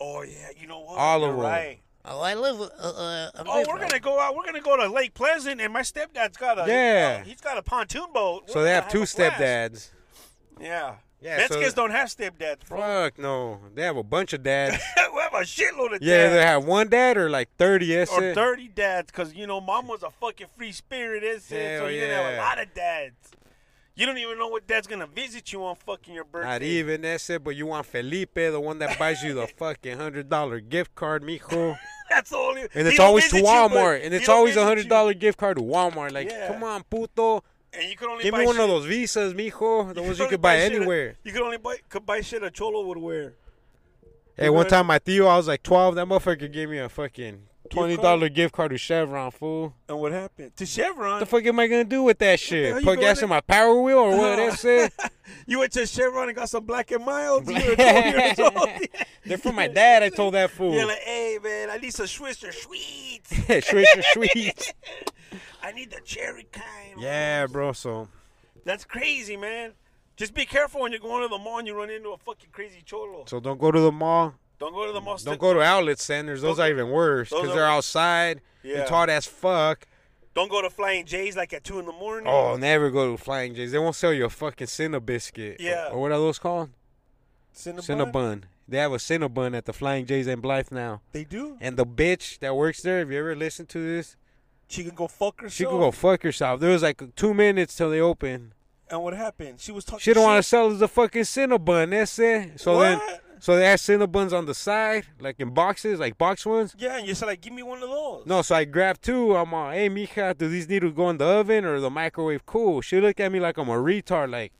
[SPEAKER 4] Oh, yeah. You know what?
[SPEAKER 5] All
[SPEAKER 4] You're
[SPEAKER 5] of 'em.
[SPEAKER 4] right.
[SPEAKER 8] Oh, I live. Uh, uh, I
[SPEAKER 4] Oh,
[SPEAKER 8] live-
[SPEAKER 4] we're gonna go out. We're gonna go to Lake Pleasant, and my stepdad's got a uh,
[SPEAKER 5] Yeah.
[SPEAKER 4] He's got a pontoon boat.
[SPEAKER 5] So
[SPEAKER 4] We're
[SPEAKER 5] they
[SPEAKER 4] gonna
[SPEAKER 5] have two
[SPEAKER 4] a blast.
[SPEAKER 5] stepdads.
[SPEAKER 4] Yeah.
[SPEAKER 5] Yeah,
[SPEAKER 4] Mexicans
[SPEAKER 5] so-
[SPEAKER 4] don't have stepdads, bro.
[SPEAKER 5] Fuck no. They have a bunch of dads.
[SPEAKER 4] we have a shitload of
[SPEAKER 5] Yeah, they
[SPEAKER 4] dads.
[SPEAKER 5] have one dad or like 30 that's
[SPEAKER 4] Or
[SPEAKER 5] it.
[SPEAKER 4] dirty dads, because, you know, mom was a fucking free spirit, that's it. So
[SPEAKER 5] Hell
[SPEAKER 4] you're gonna have a
[SPEAKER 5] yeah.
[SPEAKER 4] lot of dads. You don't even know what dad's gonna visit you on fucking your birthday.
[SPEAKER 5] Not even that's it, but you want Felipe, the one that buys you the fucking hundred dollar gift card, mijo.
[SPEAKER 4] That's the only
[SPEAKER 5] And
[SPEAKER 4] he
[SPEAKER 5] it's
[SPEAKER 4] don't
[SPEAKER 5] always to
[SPEAKER 4] visit you,
[SPEAKER 5] Walmart.
[SPEAKER 4] but
[SPEAKER 5] and
[SPEAKER 4] he
[SPEAKER 5] it's
[SPEAKER 4] don't
[SPEAKER 5] always a
[SPEAKER 4] visit
[SPEAKER 5] hundred
[SPEAKER 4] you.
[SPEAKER 5] dollar gift card to Walmart. Like,
[SPEAKER 4] Yeah.
[SPEAKER 5] come on, puto.
[SPEAKER 4] And you can only
[SPEAKER 5] Give
[SPEAKER 4] buy
[SPEAKER 5] me one
[SPEAKER 4] shit.
[SPEAKER 5] of those visas, mijo. The ones you
[SPEAKER 4] only
[SPEAKER 5] could buy
[SPEAKER 4] shit a-
[SPEAKER 5] anywhere.
[SPEAKER 4] you could only buy could buy shit a cholo would wear.
[SPEAKER 5] Hey, one
[SPEAKER 4] could-
[SPEAKER 5] time my Theo, I was like twelve, that motherfucker gave me a fucking twenty dollar gift card to Chevron, fool.
[SPEAKER 4] And what happened to
[SPEAKER 5] What
[SPEAKER 4] Chevron?
[SPEAKER 5] the fuck am I gonna do with that
[SPEAKER 4] hell
[SPEAKER 5] shit?
[SPEAKER 4] you
[SPEAKER 5] Put
[SPEAKER 4] going
[SPEAKER 5] gas
[SPEAKER 4] to-
[SPEAKER 5] in my power wheel or what?
[SPEAKER 4] Uh-huh.
[SPEAKER 5] That's it.
[SPEAKER 4] you went to Chevron and got some black and mild. You were 12 years old.
[SPEAKER 5] They're from my dad, I told that fool.
[SPEAKER 4] You're like, hey man, I need some Swiss or sweets.
[SPEAKER 5] Sweet, sweet.
[SPEAKER 4] I need the cherry kind.
[SPEAKER 5] Yeah, bro. So
[SPEAKER 4] That's crazy, man. Just be careful when you're going to the mall and you run into a fucking crazy cholo.
[SPEAKER 5] so don't go to the mall.
[SPEAKER 4] Don't go to the mall.
[SPEAKER 5] Don't go to outlet centers. Those are even worse
[SPEAKER 4] Those
[SPEAKER 5] because
[SPEAKER 4] are-
[SPEAKER 5] they're outside.
[SPEAKER 4] Yeah.
[SPEAKER 5] It's hard as fuck.
[SPEAKER 4] Don't go to Flying J's like at two in the morning.
[SPEAKER 5] Oh, never go to Flying J's. They won't sell you a fucking Cinnabiscuit.
[SPEAKER 4] Yeah.
[SPEAKER 5] Or what are those called?
[SPEAKER 4] Cinnabon?
[SPEAKER 5] Cinnabun. They have a Cinnabun at the Flying J's in Blythe now.
[SPEAKER 4] They do.
[SPEAKER 5] And the bitch that works there, if you ever listen to this,
[SPEAKER 4] She can go fuck herself.
[SPEAKER 5] she could go fuck herself. There was like two minutes till they open.
[SPEAKER 4] And what happened? She was talking.
[SPEAKER 5] She don't want to
[SPEAKER 4] shit.
[SPEAKER 5] sell us a fucking Cinnabun. That's it. So then,
[SPEAKER 4] What?
[SPEAKER 5] so they have Cinnabuns on the side, like in boxes, like box ones.
[SPEAKER 4] Yeah, and you're just like, give me one of those.
[SPEAKER 5] No, so I grabbed two. I'm all, hey, mija, do these need to go in the oven or the microwave? Cool. She looked at me like I'm a retard. Like,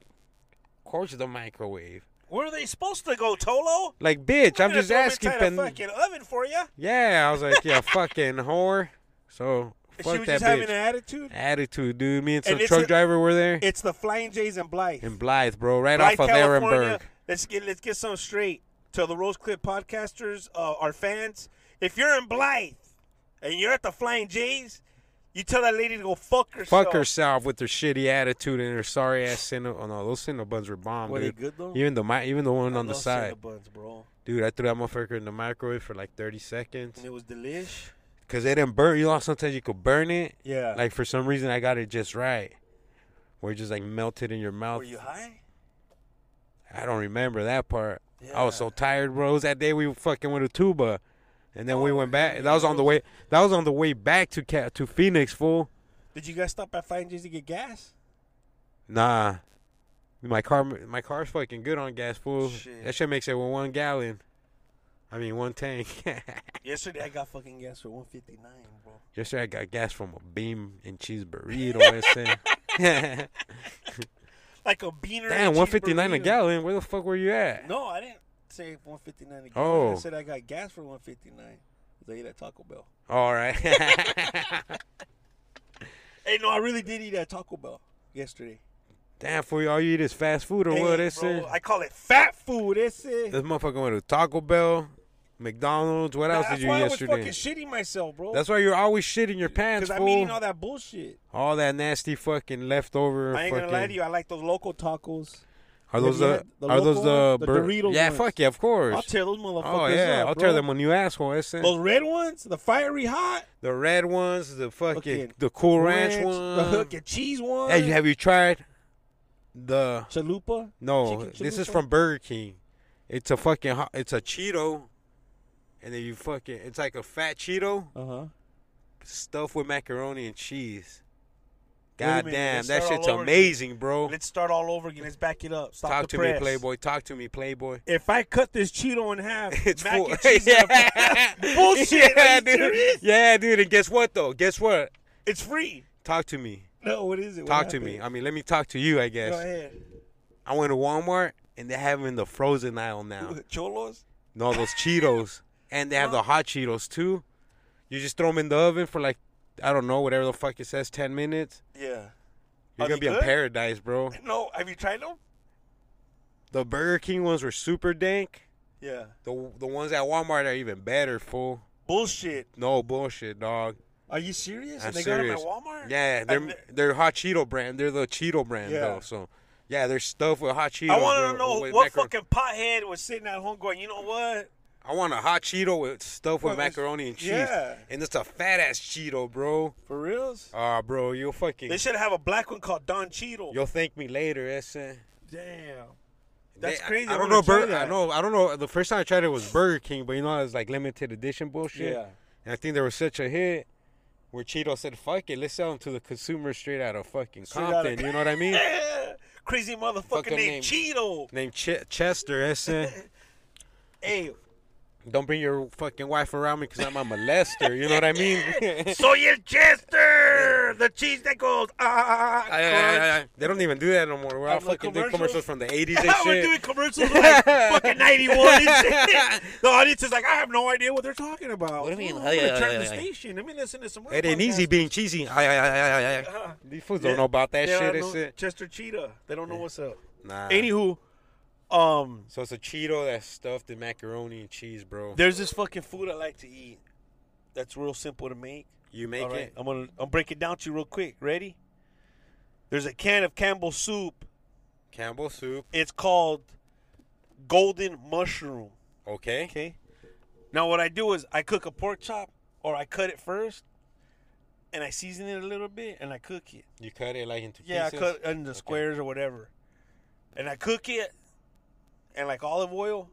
[SPEAKER 5] of course the microwave.
[SPEAKER 4] Where are they supposed to go, Tolo?
[SPEAKER 5] Like, bitch, I'm
[SPEAKER 4] Gonna
[SPEAKER 5] just
[SPEAKER 4] throw 'em
[SPEAKER 5] asking.
[SPEAKER 4] inside a
[SPEAKER 5] Pen-
[SPEAKER 4] fucking oven for you.
[SPEAKER 5] yeah, I was like, yeah, fucking whore. So
[SPEAKER 4] she
[SPEAKER 5] fuck
[SPEAKER 4] was
[SPEAKER 5] that
[SPEAKER 4] just
[SPEAKER 5] bitch.
[SPEAKER 4] having an attitude.
[SPEAKER 5] Attitude, dude. Me and some
[SPEAKER 4] it's
[SPEAKER 5] truck
[SPEAKER 4] a-
[SPEAKER 5] driver were there
[SPEAKER 4] It's the Flying Jays and Blythe.
[SPEAKER 5] in Blythe, bro, right
[SPEAKER 4] Blythe,
[SPEAKER 5] off of
[SPEAKER 4] California.
[SPEAKER 5] Ehrenberg.
[SPEAKER 4] Let's get let's get something straight to the Rose Clip podcasters, uh, our fans. If you're in Blythe and you're at the Flying Jays, you tell that lady to go fuck herself.
[SPEAKER 5] Fuck herself with her shitty attitude and her sorry ass cinnamon. Oh no, those cinnamon buns were bomb,
[SPEAKER 4] Were they
[SPEAKER 5] dude.
[SPEAKER 4] good, though?
[SPEAKER 5] Even the mi- even the one on the
[SPEAKER 4] Love
[SPEAKER 5] side,
[SPEAKER 4] Cinnabons, bro.
[SPEAKER 5] dude. I threw that motherfucker in the microwave for like 30 seconds.
[SPEAKER 4] And it was delish.
[SPEAKER 5] Cause it didn't burn. You know, how sometimes you could burn it.
[SPEAKER 4] Yeah.
[SPEAKER 5] Like for some reason, I got it just right, where it just like melted in your mouth.
[SPEAKER 4] Were you high?
[SPEAKER 5] I don't remember that part. I was so tired, bro. It was that day we fucking went to Tuba, and then we
[SPEAKER 4] Oh,
[SPEAKER 5] went back. That was on the way. That was on the way back to Ca- to Phoenix, fool.
[SPEAKER 4] Did you guys stop at Flying Jays to get gas?
[SPEAKER 5] Nah, my car, my car's fucking good on gas, fool.
[SPEAKER 4] Shit.
[SPEAKER 5] That shit makes it with one gallon. I mean, one tank.
[SPEAKER 4] Yesterday I got fucking gas for 159, bro.
[SPEAKER 5] Yesterday I got gas from a beam and cheese burrito. I said.
[SPEAKER 4] Like a beaner.
[SPEAKER 5] Damn,
[SPEAKER 4] and
[SPEAKER 5] one fifty nine a
[SPEAKER 4] cheeseburrito.
[SPEAKER 5] gallon. Where the fuck were you at?
[SPEAKER 4] No, I didn't say 159 again. I
[SPEAKER 5] Oh.
[SPEAKER 4] said I got gas for 159. 'cause I ate at Taco Bell.
[SPEAKER 5] All right.
[SPEAKER 4] Hey, no, I really did eat at Taco Bell yesterday.
[SPEAKER 5] Damn, for you, all you eat is fast food or
[SPEAKER 4] Hey,
[SPEAKER 5] what? eh, This
[SPEAKER 4] bro,
[SPEAKER 5] is
[SPEAKER 4] I call it fat food. That's it.
[SPEAKER 5] this motherfucker went to Taco Bell, McDonald's. What else
[SPEAKER 4] That's
[SPEAKER 5] did you
[SPEAKER 4] why
[SPEAKER 5] eat
[SPEAKER 4] I was
[SPEAKER 5] yesterday?
[SPEAKER 4] fucking shitting myself, bro.
[SPEAKER 5] That's why you're always shitting your pants,
[SPEAKER 4] because
[SPEAKER 5] fool.
[SPEAKER 4] I'm eating all that bullshit.
[SPEAKER 5] All that nasty fucking leftover.
[SPEAKER 4] I ain't
[SPEAKER 5] fucking,
[SPEAKER 4] gonna lie to you. I like those local tacos.
[SPEAKER 5] Are those
[SPEAKER 4] Have you
[SPEAKER 5] the,
[SPEAKER 4] had the
[SPEAKER 5] are those
[SPEAKER 4] local
[SPEAKER 5] the,
[SPEAKER 4] ones? The
[SPEAKER 5] bur-
[SPEAKER 4] Doritos
[SPEAKER 5] Yeah,
[SPEAKER 4] ones.
[SPEAKER 5] fuck yeah, of
[SPEAKER 4] I'll
[SPEAKER 5] course.
[SPEAKER 4] tear those motherfuckers.
[SPEAKER 5] Oh yeah,
[SPEAKER 4] up,
[SPEAKER 5] I'll
[SPEAKER 4] bro.
[SPEAKER 5] tear them on you asshole. That's it.
[SPEAKER 4] Those red ones, the fiery hot,
[SPEAKER 5] the red ones, the fucking
[SPEAKER 4] Fucking
[SPEAKER 5] the cool ranch, one.
[SPEAKER 4] the hook and cheese one.
[SPEAKER 5] Hey, have you tried the
[SPEAKER 4] chalupa.
[SPEAKER 5] No,
[SPEAKER 4] Chicken
[SPEAKER 5] this is
[SPEAKER 4] chalupa?
[SPEAKER 5] from Burger King. It's a fucking hot, it's a Cheeto, and then you fucking it's like a fat Cheeto
[SPEAKER 4] Uh huh.
[SPEAKER 5] stuffed with macaroni and cheese.
[SPEAKER 4] Wait a minute,
[SPEAKER 5] God damn,
[SPEAKER 4] let's
[SPEAKER 5] that
[SPEAKER 4] start
[SPEAKER 5] shit's
[SPEAKER 4] all over again.
[SPEAKER 5] amazing, bro.
[SPEAKER 4] Let's start all over again. Let's back it up. Stop
[SPEAKER 5] Talk
[SPEAKER 4] the
[SPEAKER 5] to
[SPEAKER 4] press.
[SPEAKER 5] me, Playboy. Talk to me, Playboy.
[SPEAKER 4] If I cut this Cheeto in half,
[SPEAKER 5] It's
[SPEAKER 4] mac
[SPEAKER 5] full.
[SPEAKER 4] and cheese in a
[SPEAKER 5] yeah.
[SPEAKER 4] Bullshit, are
[SPEAKER 5] Yeah,
[SPEAKER 4] you serious?
[SPEAKER 5] dude. Yeah, dude. And guess what though? Guess what?
[SPEAKER 4] It's free.
[SPEAKER 5] Talk to me.
[SPEAKER 4] No, what is it? What
[SPEAKER 5] Talk to me.
[SPEAKER 4] happened?
[SPEAKER 5] I mean, let me talk to you. I guess
[SPEAKER 4] Go ahead.
[SPEAKER 5] I went to Walmart and they're having the frozen aisle now.
[SPEAKER 4] Cholos.
[SPEAKER 5] No, those Cheetos. And they have the hot Cheetos too. You just throw them in the oven for like, I don't know, whatever the fuck it says, 10 minutes.
[SPEAKER 4] Yeah.
[SPEAKER 5] You're going
[SPEAKER 4] Are
[SPEAKER 5] to
[SPEAKER 4] they
[SPEAKER 5] be in
[SPEAKER 4] good?
[SPEAKER 5] paradise, bro.
[SPEAKER 4] No, have you tried them?
[SPEAKER 5] The Burger King ones were super dank.
[SPEAKER 4] Yeah.
[SPEAKER 5] The, the ones at Walmart are even better, fool.
[SPEAKER 4] Bullshit.
[SPEAKER 5] No bullshit, dog.
[SPEAKER 4] Are you serious?
[SPEAKER 5] I'm
[SPEAKER 4] and they
[SPEAKER 5] serious.
[SPEAKER 4] got them at Walmart?
[SPEAKER 5] Yeah, they're
[SPEAKER 4] And they-
[SPEAKER 5] they're hot Cheeto brand. They're the Cheeto brand
[SPEAKER 4] Yeah.
[SPEAKER 5] though. So, yeah, they're stuffed with hot Cheetos.
[SPEAKER 4] I want to
[SPEAKER 5] with-
[SPEAKER 4] know
[SPEAKER 5] with
[SPEAKER 4] what
[SPEAKER 5] macaroni.
[SPEAKER 4] fucking pothead was sitting at home going, you know what?
[SPEAKER 5] I want a hot Cheeto with stuffed with
[SPEAKER 4] Fuck, it's-
[SPEAKER 5] macaroni and cheese.
[SPEAKER 4] yeah.
[SPEAKER 5] And it's a fat ass Cheeto, bro.
[SPEAKER 4] For reals?
[SPEAKER 5] Ah, bro, you'll fucking
[SPEAKER 4] They should have a black one called Don Cheeto.
[SPEAKER 5] You'll thank me later, SN.
[SPEAKER 4] Damn. That's
[SPEAKER 5] They-
[SPEAKER 4] crazy.
[SPEAKER 5] I,
[SPEAKER 4] I
[SPEAKER 5] I don't
[SPEAKER 4] wanna
[SPEAKER 5] know.
[SPEAKER 4] try
[SPEAKER 5] Bur- I
[SPEAKER 4] that.
[SPEAKER 5] know. I don't know. The first time I tried it was Burger King, but you know it's like limited edition bullshit.
[SPEAKER 4] Yeah.
[SPEAKER 5] And I think there was such a hit where Cheeto said, "Fuck it, let's sell them to the consumer straight out of fucking
[SPEAKER 4] Straight outta-
[SPEAKER 5] Compton." You know what I mean?
[SPEAKER 4] Crazy motherfucker
[SPEAKER 5] Fucking
[SPEAKER 4] named
[SPEAKER 5] name.
[SPEAKER 4] Cheeto.
[SPEAKER 5] Named Ch- Chester SN.
[SPEAKER 4] Hey,
[SPEAKER 5] Don't bring your fucking wife around me because I'm a molester. You know what I mean?
[SPEAKER 4] soy el Chester, the cheese that goes ah.
[SPEAKER 5] I- I- I- they don't even do that no more. We're all
[SPEAKER 4] Have no
[SPEAKER 5] fucking doing commercials
[SPEAKER 4] commercials?
[SPEAKER 5] from the 80s and
[SPEAKER 4] I was
[SPEAKER 5] shit.
[SPEAKER 4] Oh, doing commercials like fucking 91 and shit. The audience is like, I have no idea what they're talking about.
[SPEAKER 9] What do you mean?
[SPEAKER 4] I'm gonna
[SPEAKER 9] Yeah,
[SPEAKER 4] turn
[SPEAKER 9] yeah,
[SPEAKER 4] the
[SPEAKER 9] yeah.
[SPEAKER 4] station. Let me listen to some real
[SPEAKER 5] It ain't easy
[SPEAKER 4] podcasts.
[SPEAKER 5] being cheesy. Aye, aye, aye, aye, aye, aye.
[SPEAKER 4] Uh-huh.
[SPEAKER 5] These fools don't know about that
[SPEAKER 4] They
[SPEAKER 5] shit.
[SPEAKER 4] don't
[SPEAKER 5] It's
[SPEAKER 4] know-
[SPEAKER 5] it.
[SPEAKER 4] Chester Cheetah. They don't know what's up.
[SPEAKER 5] Nah.
[SPEAKER 4] Anywho, um,
[SPEAKER 5] So it's a Cheeto that's stuffed in macaroni and cheese, bro.
[SPEAKER 4] there's this fucking food I like to eat. That's real simple to make.
[SPEAKER 5] You make
[SPEAKER 4] All right,
[SPEAKER 5] it.
[SPEAKER 4] I'm gonna I'm break it down to you real quick. Ready? There's a can of Campbell's soup.
[SPEAKER 5] Campbell soup.
[SPEAKER 4] It's called Golden Mushroom.
[SPEAKER 5] Okay.
[SPEAKER 4] Okay. Now what I do is I cook a pork chop or I cut it first and I season it a little bit and I cook it.
[SPEAKER 5] You cut it like into
[SPEAKER 4] Yeah,
[SPEAKER 5] pieces.
[SPEAKER 4] I cut it into squares or whatever. And I cook it and like olive oil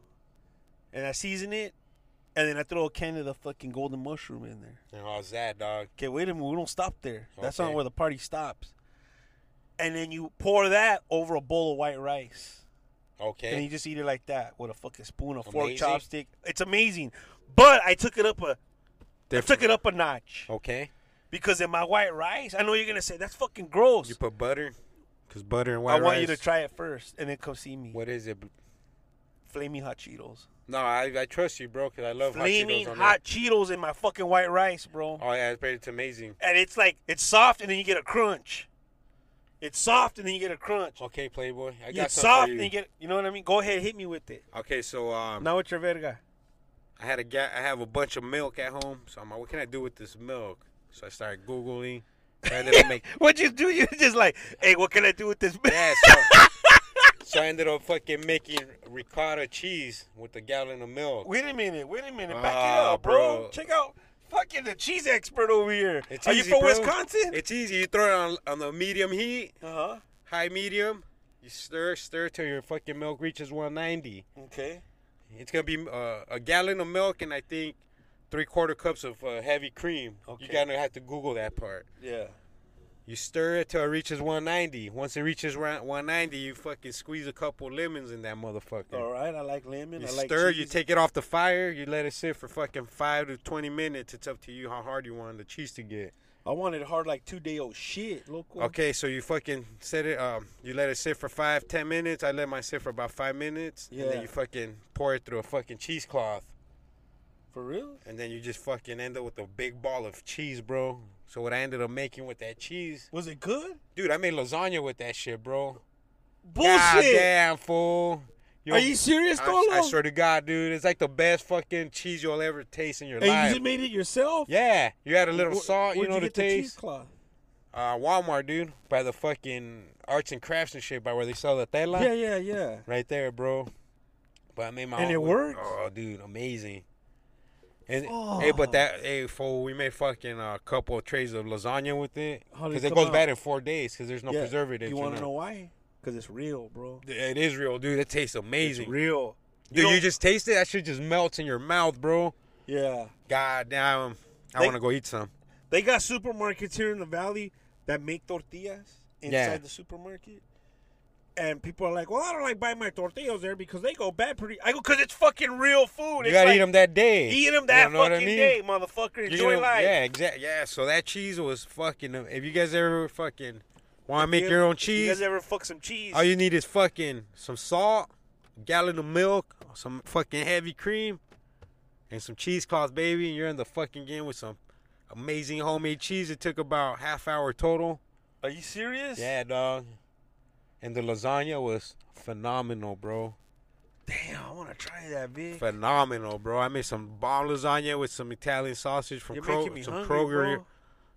[SPEAKER 4] and I season it and then I throw a can of the fucking golden mushroom in there.
[SPEAKER 5] And how's that, dog?
[SPEAKER 4] Okay, wait a minute, we don't stop there. That's not
[SPEAKER 5] Okay.
[SPEAKER 4] where the party stops. And then you pour that over a bowl of white rice. And
[SPEAKER 5] Okay.
[SPEAKER 4] you just eat it like that with a fucking spoon, a fork,
[SPEAKER 5] Amazing.
[SPEAKER 4] chopstick. It's amazing. But I took it up a I
[SPEAKER 5] Different.
[SPEAKER 4] took it up a notch
[SPEAKER 5] Okay.
[SPEAKER 4] because in my white rice, I know you're gonna say that's fucking gross.
[SPEAKER 5] You put butter, cause butter and
[SPEAKER 4] I
[SPEAKER 5] white
[SPEAKER 4] want you to
[SPEAKER 5] rice-
[SPEAKER 4] try it first and then come see me.
[SPEAKER 5] What is it?
[SPEAKER 4] flaming hot Cheetos.
[SPEAKER 5] No, I, I trust you, bro, because I love
[SPEAKER 4] Flaming
[SPEAKER 5] hot Cheetos on
[SPEAKER 4] hot Cheetos in my fucking white rice, bro.
[SPEAKER 5] there. Oh yeah, it's, pretty- it's amazing.
[SPEAKER 4] And it's like it's soft, and then you get a crunch. It's soft, and then you get a crunch.
[SPEAKER 5] Okay, Playboy, I got
[SPEAKER 4] It's
[SPEAKER 5] something
[SPEAKER 4] soft,
[SPEAKER 5] for
[SPEAKER 4] and
[SPEAKER 5] you.
[SPEAKER 4] you get. You know what I mean? Go ahead, hit me with it.
[SPEAKER 5] okay, so um,
[SPEAKER 4] Now what's your verga?
[SPEAKER 5] I had a ga- I have a bunch of milk at home, so I'm like, what can I do with this milk? So I started googling. So I ended up make
[SPEAKER 4] What you do? You just like, hey, what can I do with this?
[SPEAKER 5] yeah, so, so I ended up fucking making ricotta cheese with a gallon of milk.
[SPEAKER 4] Wait a minute, wait a minute, back it
[SPEAKER 5] Ah,
[SPEAKER 4] up, bro.
[SPEAKER 5] bro.
[SPEAKER 4] Check out fucking the cheese expert over here.
[SPEAKER 5] It's
[SPEAKER 4] Are you
[SPEAKER 5] easy,
[SPEAKER 4] from
[SPEAKER 5] bro.
[SPEAKER 4] Wisconsin?
[SPEAKER 5] It's easy. You throw it on on the medium heat,
[SPEAKER 4] Uh huh.
[SPEAKER 5] high medium. You stir, stir till your fucking milk reaches 190.
[SPEAKER 4] Okay.
[SPEAKER 5] It's gonna be uh, a gallon of milk and I think three quarter cups of uh, heavy cream. You
[SPEAKER 4] Okay.
[SPEAKER 5] gotta have to Google that part.
[SPEAKER 4] Yeah.
[SPEAKER 5] You stir it till it reaches 190. Once it reaches around 190, you fucking squeeze a couple lemons in that motherfucker.
[SPEAKER 4] All right. I like lemon.
[SPEAKER 5] You
[SPEAKER 4] I like
[SPEAKER 5] stir, you
[SPEAKER 4] cheese.
[SPEAKER 5] take it off the fire, you let it sit for fucking five to 20 minutes. It's up to you how hard you want the cheese to get.
[SPEAKER 4] I want it hard like two day old shit, local.
[SPEAKER 5] Okay, so you fucking set it, um, you let it sit for five, 10 minutes. I let mine sit for about five minutes. And
[SPEAKER 4] Yeah.
[SPEAKER 5] then you fucking pour it through a fucking cheesecloth.
[SPEAKER 4] For real?
[SPEAKER 5] And then you just fucking end up with a big ball of cheese, bro. So what I ended up making with that cheese,
[SPEAKER 4] Was it good?
[SPEAKER 5] dude, I made lasagna with that shit, bro. God
[SPEAKER 4] Bullshit.
[SPEAKER 5] damn, fool. Yo,
[SPEAKER 4] Are you serious,
[SPEAKER 5] I,
[SPEAKER 4] Dolo?
[SPEAKER 5] I swear to God, dude, it's like the best fucking cheese you'll ever taste in your
[SPEAKER 4] and you
[SPEAKER 5] life.
[SPEAKER 4] just made it yourself?
[SPEAKER 5] yeah, you add a little
[SPEAKER 4] Where-
[SPEAKER 5] salt, you
[SPEAKER 4] where'd
[SPEAKER 5] know,
[SPEAKER 4] you
[SPEAKER 5] to
[SPEAKER 4] get the
[SPEAKER 5] taste.
[SPEAKER 4] cheesecloth?
[SPEAKER 5] Uh, Walmart, dude, by the fucking arts and crafts and shit, by where they sell the tela.
[SPEAKER 4] Yeah, yeah, yeah.
[SPEAKER 5] Right there, bro. But I made my
[SPEAKER 4] And
[SPEAKER 5] own
[SPEAKER 4] it
[SPEAKER 5] with-
[SPEAKER 4] works?
[SPEAKER 5] Oh, dude, amazing. And hey, but that hey, fool, we made fucking a couple of trays of lasagna with it
[SPEAKER 4] How did it
[SPEAKER 5] because it
[SPEAKER 4] come
[SPEAKER 5] goes
[SPEAKER 4] out?
[SPEAKER 5] bad in four days because there's no
[SPEAKER 4] yeah.
[SPEAKER 5] preservatives.
[SPEAKER 4] You want to
[SPEAKER 5] in
[SPEAKER 4] know
[SPEAKER 5] it.
[SPEAKER 4] why? Because it's real, bro.
[SPEAKER 5] It is real, dude. It tastes amazing.
[SPEAKER 4] It's real.
[SPEAKER 5] Dude,
[SPEAKER 4] know-
[SPEAKER 5] you just taste it. That shit just melts in your mouth, bro.
[SPEAKER 4] Yeah.
[SPEAKER 5] God damn. I
[SPEAKER 4] They-
[SPEAKER 5] want to go eat some.
[SPEAKER 4] They got supermarkets here in the valley that make tortillas inside
[SPEAKER 5] Yeah.
[SPEAKER 4] the supermarket. And people are like, "Well, I don't like buying my tortillas there because they go bad pretty." I go, "Cause it's fucking real food.
[SPEAKER 5] You
[SPEAKER 4] it's
[SPEAKER 5] gotta
[SPEAKER 4] like,
[SPEAKER 5] eat them that day.
[SPEAKER 4] Eat them
[SPEAKER 5] You
[SPEAKER 4] that
[SPEAKER 5] know what
[SPEAKER 4] fucking
[SPEAKER 5] I mean?
[SPEAKER 4] day, motherfucker.
[SPEAKER 5] You
[SPEAKER 4] Enjoy
[SPEAKER 5] know-
[SPEAKER 4] life.
[SPEAKER 5] Yeah, exactly. Yeah, so that cheese was fucking. If you guys ever fucking want to make
[SPEAKER 4] You
[SPEAKER 5] your own
[SPEAKER 4] ever- You guys
[SPEAKER 5] cheese,
[SPEAKER 4] ever fuck some cheese?
[SPEAKER 5] all you need is fucking some salt, a gallon of milk, some fucking heavy cream, and some cheesecloth, baby. And you're in the fucking game with some amazing homemade cheese. It took about half hour total.
[SPEAKER 4] Are you serious?
[SPEAKER 5] Yeah, dog. And the lasagna was phenomenal, bro.
[SPEAKER 4] Damn, I want to try that, Vic.
[SPEAKER 5] Phenomenal, bro. I made some bomb lasagna with some Italian sausage from
[SPEAKER 4] You're
[SPEAKER 5] Kro-
[SPEAKER 4] making me
[SPEAKER 5] some
[SPEAKER 4] hungry,
[SPEAKER 5] Kroger,
[SPEAKER 4] bro.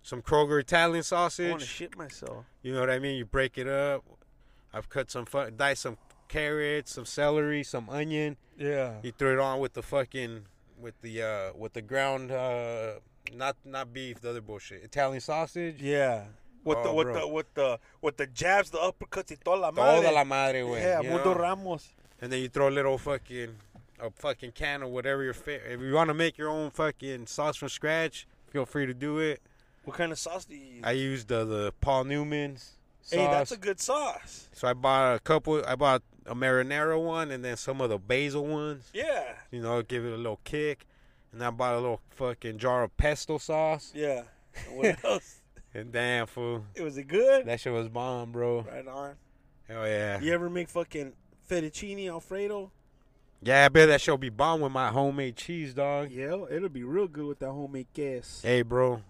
[SPEAKER 5] some Kroger Italian
[SPEAKER 4] I want to
[SPEAKER 5] sausage.
[SPEAKER 4] shit myself.
[SPEAKER 5] you know what I mean? You break it up. I've cut some, fu- diced some carrots, some celery, some onion.
[SPEAKER 4] Yeah.
[SPEAKER 5] You threw it on with the fucking, with the uh, with the ground, uh, not not beef, the other bullshit, Italian sausage.
[SPEAKER 4] Yeah. With the
[SPEAKER 5] Oh,
[SPEAKER 4] with
[SPEAKER 5] bro.
[SPEAKER 4] the with the with the jabs, the uppercuts, y toda la madre.
[SPEAKER 5] Toda la madre, güey.
[SPEAKER 4] yeah,
[SPEAKER 5] you
[SPEAKER 4] Mundo
[SPEAKER 5] know?
[SPEAKER 4] Ramos.
[SPEAKER 5] and then you throw a little fucking a fucking can or whatever your fa- if you want to make your own fucking sauce from scratch feel free to do it
[SPEAKER 4] What kind of sauce do you use?
[SPEAKER 5] i used the, the paul newman's sauce
[SPEAKER 4] Hey, that's a good sauce.
[SPEAKER 5] so i bought a couple i bought a marinara one and then some of the basil ones
[SPEAKER 4] Yeah,
[SPEAKER 5] you know give it a little kick and i bought a little fucking jar of pesto sauce
[SPEAKER 4] yeah. And What else?
[SPEAKER 5] and damn fool
[SPEAKER 4] It was it good?
[SPEAKER 5] that shit was bomb bro
[SPEAKER 4] Right on.
[SPEAKER 5] hell yeah
[SPEAKER 4] You ever make fucking fettuccine alfredo?
[SPEAKER 5] yeah i bet that shit'll be bomb with my homemade cheese dog
[SPEAKER 4] Yeah, it'll be real good with that homemade gas.
[SPEAKER 5] Hey, bro,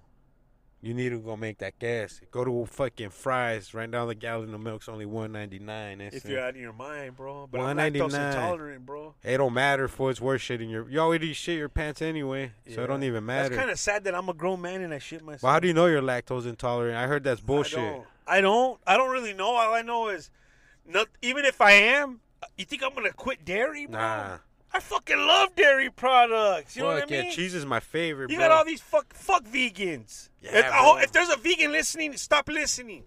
[SPEAKER 5] you need to go make that gas. Go to fucking fries. Right now, the gallon of milk's only one ninety nine.
[SPEAKER 4] If you're out of your mind, bro. But I'm lactose
[SPEAKER 5] 199.
[SPEAKER 4] intolerant, bro.
[SPEAKER 5] it don't matter for it's worth shitting your. You already shit your pants anyway, so
[SPEAKER 4] Yeah.
[SPEAKER 5] it don't even
[SPEAKER 4] That's
[SPEAKER 5] matter.
[SPEAKER 4] kind of sad that I'm a grown man and I shit myself.
[SPEAKER 5] well, how do you know you're lactose intolerant? I heard that's
[SPEAKER 4] I
[SPEAKER 5] bullshit.
[SPEAKER 4] don't. I don't. I don't really know. All I know is, not, even if I am, you think I'm gonna quit dairy, bro?
[SPEAKER 5] Nah.
[SPEAKER 4] I fucking love dairy products. You know
[SPEAKER 5] Fuck
[SPEAKER 4] what I mean?
[SPEAKER 5] yeah, cheese is my favorite.
[SPEAKER 4] You
[SPEAKER 5] bro.
[SPEAKER 4] got all these fuck fuck vegans.
[SPEAKER 5] Yeah,
[SPEAKER 4] if, I hope-
[SPEAKER 5] bro.
[SPEAKER 4] if there's a vegan listening, stop listening.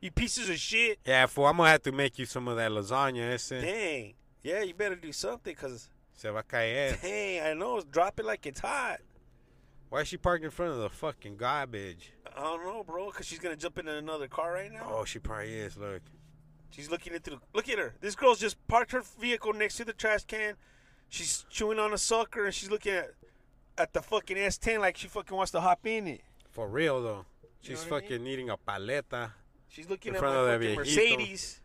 [SPEAKER 4] You pieces of shit.
[SPEAKER 5] Yeah, fool. I'm gonna have to make you some of that lasagna. Ese
[SPEAKER 4] Dang. Yeah, you better do something, cause
[SPEAKER 5] se va a caer.
[SPEAKER 4] dang, I know it's dropping like it's hot.
[SPEAKER 5] Why is she parked in front of the fucking garbage?
[SPEAKER 4] I don't know, bro, cause she's gonna jump into another car right now.
[SPEAKER 5] Oh, she probably is. Look.
[SPEAKER 4] She's looking into the look at her. This girl's just parked her vehicle next to the trash can. She's chewing on a sucker and she's looking at at the fucking S10 like she fucking wants to hop in it.
[SPEAKER 5] For real though, she's
[SPEAKER 4] what I mean?
[SPEAKER 5] fucking eating a paleta.
[SPEAKER 4] She's looking
[SPEAKER 5] In
[SPEAKER 4] at
[SPEAKER 5] front
[SPEAKER 4] my
[SPEAKER 5] of that
[SPEAKER 4] fucking
[SPEAKER 5] viejito.
[SPEAKER 4] Mercedes.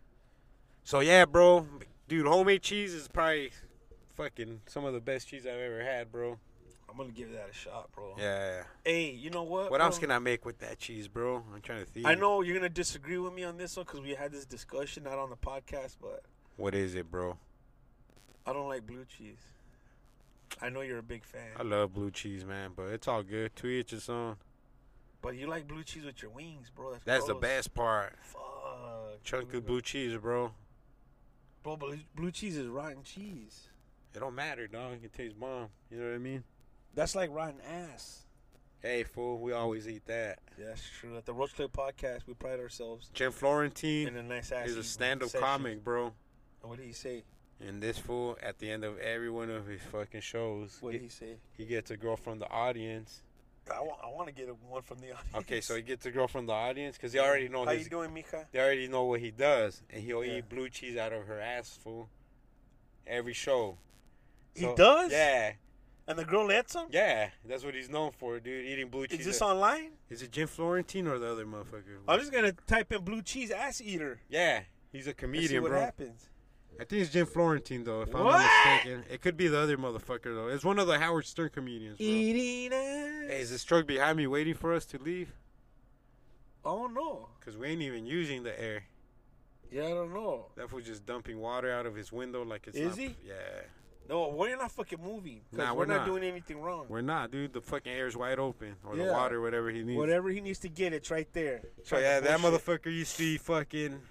[SPEAKER 5] So yeah, bro, dude, homemade cheese is probably fucking some of the best cheese I've ever had, bro.
[SPEAKER 4] I'm gonna give that a shot, bro.
[SPEAKER 5] Yeah.
[SPEAKER 4] Hey, you know what?
[SPEAKER 5] What
[SPEAKER 4] bro?
[SPEAKER 5] else can I make with that cheese, bro? I'm trying to think.
[SPEAKER 4] I know you're gonna disagree with me on this one because we had this discussion not on the podcast, but
[SPEAKER 5] What is it, bro?
[SPEAKER 4] I don't like blue cheese. I know you're a big fan,
[SPEAKER 5] I love blue cheese, man, but it's all good. To each his own.
[SPEAKER 4] but you like blue cheese with your wings, bro. That's,
[SPEAKER 5] That's the
[SPEAKER 4] gross. Mm-hmm.
[SPEAKER 5] best part.
[SPEAKER 4] Fuck.
[SPEAKER 5] Chunky
[SPEAKER 4] dude.
[SPEAKER 5] blue cheese, bro.
[SPEAKER 4] Bro, blue, blue cheese is rotten cheese.
[SPEAKER 5] It don't matter, dog. It tastes bomb. You know what I mean?
[SPEAKER 4] That's like rotten ass.
[SPEAKER 5] Hey, fool, we always eat that.
[SPEAKER 4] Yeah, that's true. At the Roach Clip Podcast, we pride ourselves
[SPEAKER 5] Jim
[SPEAKER 4] in
[SPEAKER 5] Florentine
[SPEAKER 4] a nice ass.
[SPEAKER 5] is
[SPEAKER 4] eating
[SPEAKER 5] a stand-up
[SPEAKER 4] session.
[SPEAKER 5] comic, bro.
[SPEAKER 4] What did he say?
[SPEAKER 5] And this fool, at the end of every one of his fucking shows,
[SPEAKER 4] What
[SPEAKER 5] get-
[SPEAKER 4] did he say?
[SPEAKER 5] he gets a girl from the audience.
[SPEAKER 4] I want, I want to get one from the audience.
[SPEAKER 5] Okay, so he gets a girl from the audience because they already know
[SPEAKER 4] how
[SPEAKER 5] his,
[SPEAKER 4] you doing, Mika?
[SPEAKER 5] they already know what he does, and he'll
[SPEAKER 4] Yeah.
[SPEAKER 5] eat blue cheese out of her ass, fool. Every show.
[SPEAKER 4] He does?
[SPEAKER 5] Yeah,
[SPEAKER 4] And the girl lets him.
[SPEAKER 5] yeah. That's what he's known for, dude. Eating blue cheese.
[SPEAKER 4] Is this
[SPEAKER 5] out-
[SPEAKER 4] online?
[SPEAKER 5] Is it Jim Florentine or the other motherfucker?
[SPEAKER 4] I'm just gonna type in blue cheese ass eater.
[SPEAKER 5] yeah, he's a
[SPEAKER 4] and see
[SPEAKER 5] comedian,
[SPEAKER 4] what
[SPEAKER 5] bro.
[SPEAKER 4] happens.
[SPEAKER 5] I think it's Jim Florentine though, if I'm
[SPEAKER 4] What?
[SPEAKER 5] not mistaken. It could be the other motherfucker though. It's one of the Howard Stern comedians. Bro. Hey,
[SPEAKER 4] Eating ass.
[SPEAKER 5] is this truck behind me waiting for us to leave?
[SPEAKER 4] I don't know.
[SPEAKER 5] Cause we ain't even using the air.
[SPEAKER 4] Yeah, I don't know.
[SPEAKER 5] That fool's just dumping water out of his window like it's. not-
[SPEAKER 4] Is he?
[SPEAKER 5] Yeah,
[SPEAKER 4] No, we're not fucking moving. 'cause
[SPEAKER 5] Nah,
[SPEAKER 4] we're,
[SPEAKER 5] we're
[SPEAKER 4] not,
[SPEAKER 5] not.
[SPEAKER 4] doing anything wrong.
[SPEAKER 5] we're not, dude. The fucking air is wide open, or
[SPEAKER 4] Yeah.
[SPEAKER 5] the water, whatever he needs.
[SPEAKER 4] Whatever he needs to get, it's right there.
[SPEAKER 5] So yeah, that
[SPEAKER 4] Bullshit.
[SPEAKER 5] motherfucker used to eat fucking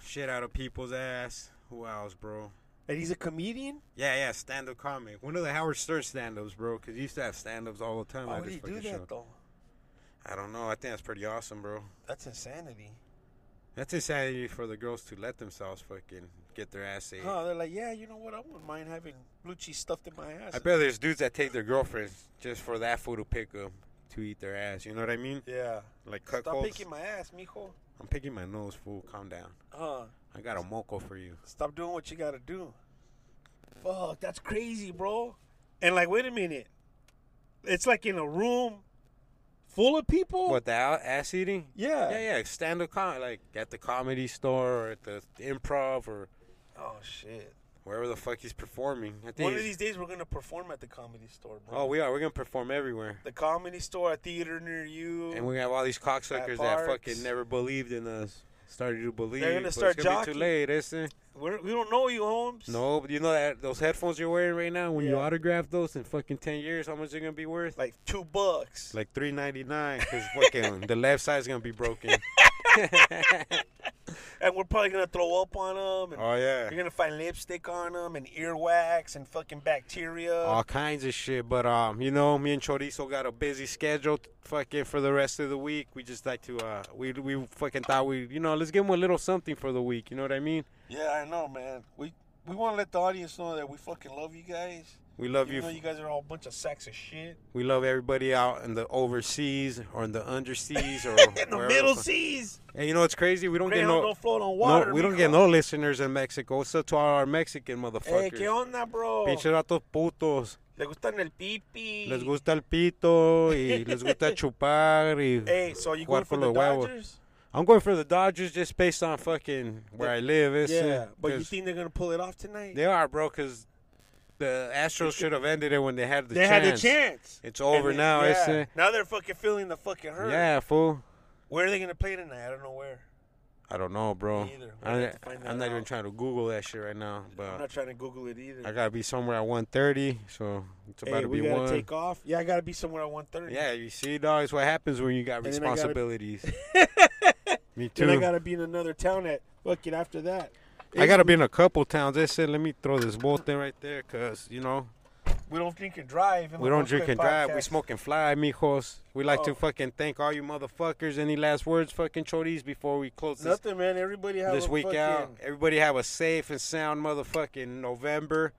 [SPEAKER 5] shit out of people's ass. Who else, bro?
[SPEAKER 4] And he's a comedian.
[SPEAKER 5] Yeah, yeah, stand-up comic. One of the Howard Stern stand-ups, bro. Cause he used to have stand-ups all the time.
[SPEAKER 4] Why
[SPEAKER 5] at
[SPEAKER 4] would
[SPEAKER 5] his
[SPEAKER 4] Oh, he do
[SPEAKER 5] fucking
[SPEAKER 4] that
[SPEAKER 5] show.
[SPEAKER 4] though?
[SPEAKER 5] I don't know. I think that's pretty awesome, bro.
[SPEAKER 4] That's insanity.
[SPEAKER 5] That's insanity for the girls to let themselves fucking get their ass ate.
[SPEAKER 4] Huh? They're like, yeah, you know what? I wouldn't mind having blue cheese stuffed in my ass.
[SPEAKER 5] I bet there's dudes that take their girlfriends just for that fool to pick them to eat their ass. You know what I mean?
[SPEAKER 4] Yeah.
[SPEAKER 5] Like
[SPEAKER 4] Stop
[SPEAKER 5] cuckolds.
[SPEAKER 4] picking my ass, mijo.
[SPEAKER 5] I'm picking my nose, fool. Calm down.
[SPEAKER 4] Huh?
[SPEAKER 5] I got a moco for you.
[SPEAKER 4] Stop doing what you gotta do. Fuck, that's crazy, bro. And like, wait a minute. It's like in a room full of people.
[SPEAKER 5] What the al- ass eating?
[SPEAKER 4] Yeah.
[SPEAKER 5] yeah, yeah. Stand up com like at the comedy store or at the improv or
[SPEAKER 4] Oh shit.
[SPEAKER 5] wherever the fuck he's performing. I think.
[SPEAKER 4] One of
[SPEAKER 5] he's-
[SPEAKER 4] these days we're gonna perform at the comedy store, bro.
[SPEAKER 5] oh, we are. We're gonna perform everywhere.
[SPEAKER 4] the comedy store, a theater near you.
[SPEAKER 5] And we have all these cocksuckers that
[SPEAKER 4] parks.
[SPEAKER 5] fucking never believed in us. Started to believe.
[SPEAKER 4] gonna
[SPEAKER 5] but it's
[SPEAKER 4] start
[SPEAKER 5] gonna be too
[SPEAKER 4] jockeying.
[SPEAKER 5] late, eh, isn't it?
[SPEAKER 4] We're, we don't know you, Holmes.
[SPEAKER 5] No, but you know that those headphones you're wearing right now, when you
[SPEAKER 4] Yeah.
[SPEAKER 5] autograph those in fucking ten years, how much they're gonna be worth?
[SPEAKER 4] Like two bucks.
[SPEAKER 5] Like three ninety nine, cause fucking the left side's gonna be broken.
[SPEAKER 4] and we're probably gonna throw up on them. And
[SPEAKER 5] Oh yeah,
[SPEAKER 4] You're gonna find lipstick on them and earwax and fucking bacteria.
[SPEAKER 5] all kinds of shit. But um, you know, me and Chorizo got a busy schedule, fucking for the rest of the week. We just like to uh, we we fucking thought we, you know, let's give them a little something for the week. You know what I mean?
[SPEAKER 4] yeah, I know, man. We we want to let the audience know that we fucking love you guys.
[SPEAKER 5] We love
[SPEAKER 4] Even
[SPEAKER 5] you.
[SPEAKER 4] though you guys are all a bunch of sacks of shit.
[SPEAKER 5] we love everybody out in the overseas or in the underseas or
[SPEAKER 4] In the
[SPEAKER 5] wherever
[SPEAKER 4] middle
[SPEAKER 5] fu-
[SPEAKER 4] seas,
[SPEAKER 5] And you know what's crazy? We don't get
[SPEAKER 4] Greyhound
[SPEAKER 5] no.
[SPEAKER 4] don't float on water.
[SPEAKER 5] no, we don't
[SPEAKER 4] mijo.
[SPEAKER 5] get no listeners in Mexico. What's up to all our Mexican
[SPEAKER 4] Hey,
[SPEAKER 5] motherfuckers?
[SPEAKER 4] ¿qué onda, bro?
[SPEAKER 5] Pinche ratos putos.
[SPEAKER 4] Le gustan el pipi.
[SPEAKER 5] Les gusta el pito y les gusta chupar y
[SPEAKER 4] Hey, so you going
[SPEAKER 5] jugar
[SPEAKER 4] for
[SPEAKER 5] con
[SPEAKER 4] the
[SPEAKER 5] los huevos.
[SPEAKER 4] Dodgers?
[SPEAKER 5] I'm going for the Dodgers just based on fucking where I live. It's, uh,
[SPEAKER 4] Yeah, but you
[SPEAKER 5] 'cause
[SPEAKER 4] think they're gonna pull it off tonight?
[SPEAKER 5] they are, bro, because the Astros should have ended it when they had the
[SPEAKER 4] They
[SPEAKER 5] chance.
[SPEAKER 4] had a chance.
[SPEAKER 5] It's over
[SPEAKER 4] And they-
[SPEAKER 5] now. It's,
[SPEAKER 4] yeah.
[SPEAKER 5] uh,
[SPEAKER 4] now they're fucking feeling the fucking hurt.
[SPEAKER 5] yeah, fool.
[SPEAKER 4] Where are they gonna play tonight? I don't know where.
[SPEAKER 5] I don't know, bro.
[SPEAKER 4] Me either. We're gonna
[SPEAKER 5] I,
[SPEAKER 4] have to find
[SPEAKER 5] I'm
[SPEAKER 4] that
[SPEAKER 5] not even
[SPEAKER 4] out.
[SPEAKER 5] trying to Google that shit right now,
[SPEAKER 4] I'm
[SPEAKER 5] but
[SPEAKER 4] not trying to Google it either.
[SPEAKER 5] I gotta be somewhere at 1:30, so it's about
[SPEAKER 4] hey,
[SPEAKER 5] to
[SPEAKER 4] we
[SPEAKER 5] be
[SPEAKER 4] gotta
[SPEAKER 5] one.
[SPEAKER 4] take off. Yeah, I gotta be somewhere at 1.30.
[SPEAKER 5] Yeah, you see, dog, it's what happens when you got
[SPEAKER 4] And then I gotta-
[SPEAKER 5] responsibilities. Me too.
[SPEAKER 4] Then I gotta be in another town at fucking after that.
[SPEAKER 5] be in a couple towns. I said, let me throw this bolt in right there, cause you know
[SPEAKER 4] We don't drink and drive. in
[SPEAKER 5] we
[SPEAKER 4] the
[SPEAKER 5] don't
[SPEAKER 4] Horse
[SPEAKER 5] drink
[SPEAKER 4] Play
[SPEAKER 5] and drive. We
[SPEAKER 4] podcast.
[SPEAKER 5] smoke and fly, mijos. We like
[SPEAKER 4] Oh.
[SPEAKER 5] to fucking thank all you motherfuckers. Any last words, fucking chodies, before we close this
[SPEAKER 4] Nothing, man. Everybody have
[SPEAKER 5] this
[SPEAKER 4] a
[SPEAKER 5] week
[SPEAKER 4] fucking,
[SPEAKER 5] out? Everybody have a safe and sound motherfucking November.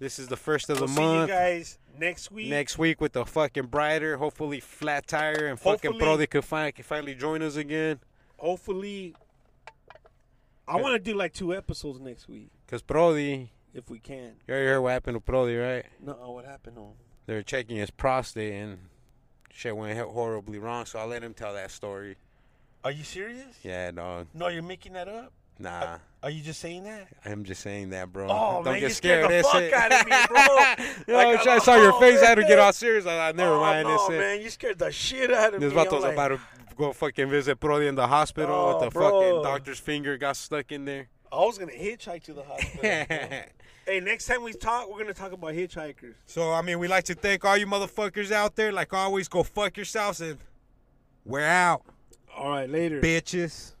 [SPEAKER 5] This is the first of the
[SPEAKER 4] We'll see you
[SPEAKER 5] month.
[SPEAKER 4] guys next week.
[SPEAKER 5] Next week with a fucking brighter, hopefully flat tire and fucking
[SPEAKER 4] Hopefully.
[SPEAKER 5] Brody could find can finally join us again.
[SPEAKER 4] Hopefully, I want to do like two episodes next week
[SPEAKER 5] Cause Brody,
[SPEAKER 4] if we can.
[SPEAKER 5] You already heard what happened to Brody, right?
[SPEAKER 4] No, oh, what happened? On
[SPEAKER 5] They were checking his prostate and shit went he- horribly wrong, so I let him tell that story.
[SPEAKER 4] Are you serious?
[SPEAKER 5] Yeah, dog.
[SPEAKER 4] No, you're making that up.
[SPEAKER 5] Nah,
[SPEAKER 4] Are you just saying that?
[SPEAKER 5] I'm just saying that, bro.
[SPEAKER 4] Oh,
[SPEAKER 5] Don't
[SPEAKER 4] man,
[SPEAKER 5] get
[SPEAKER 4] you scared
[SPEAKER 5] scared.
[SPEAKER 4] the
[SPEAKER 5] that's
[SPEAKER 4] fuck
[SPEAKER 5] it.
[SPEAKER 4] out of me, bro.
[SPEAKER 5] You know,
[SPEAKER 4] Like,
[SPEAKER 5] I, saw your
[SPEAKER 4] oh,
[SPEAKER 5] face. I had to get
[SPEAKER 4] man.
[SPEAKER 5] all serious. I, I never
[SPEAKER 4] oh,
[SPEAKER 5] mind.
[SPEAKER 4] no,
[SPEAKER 5] that's it.
[SPEAKER 4] man, you scared the shit out of
[SPEAKER 5] This
[SPEAKER 4] me. I'm
[SPEAKER 5] vato's
[SPEAKER 4] like,
[SPEAKER 5] about to go fucking visit Brody in the hospital
[SPEAKER 4] Oh,
[SPEAKER 5] with the
[SPEAKER 4] bro.
[SPEAKER 5] fucking doctor's finger got stuck in there.
[SPEAKER 4] I was gonna hitchhike to the hospital. hey, next time we talk, we're gonna talk about hitchhikers.
[SPEAKER 5] so I mean, we like to thank all you motherfuckers out there. Like always, go fuck yourselves and we're out,
[SPEAKER 4] All right, later.
[SPEAKER 5] bitches.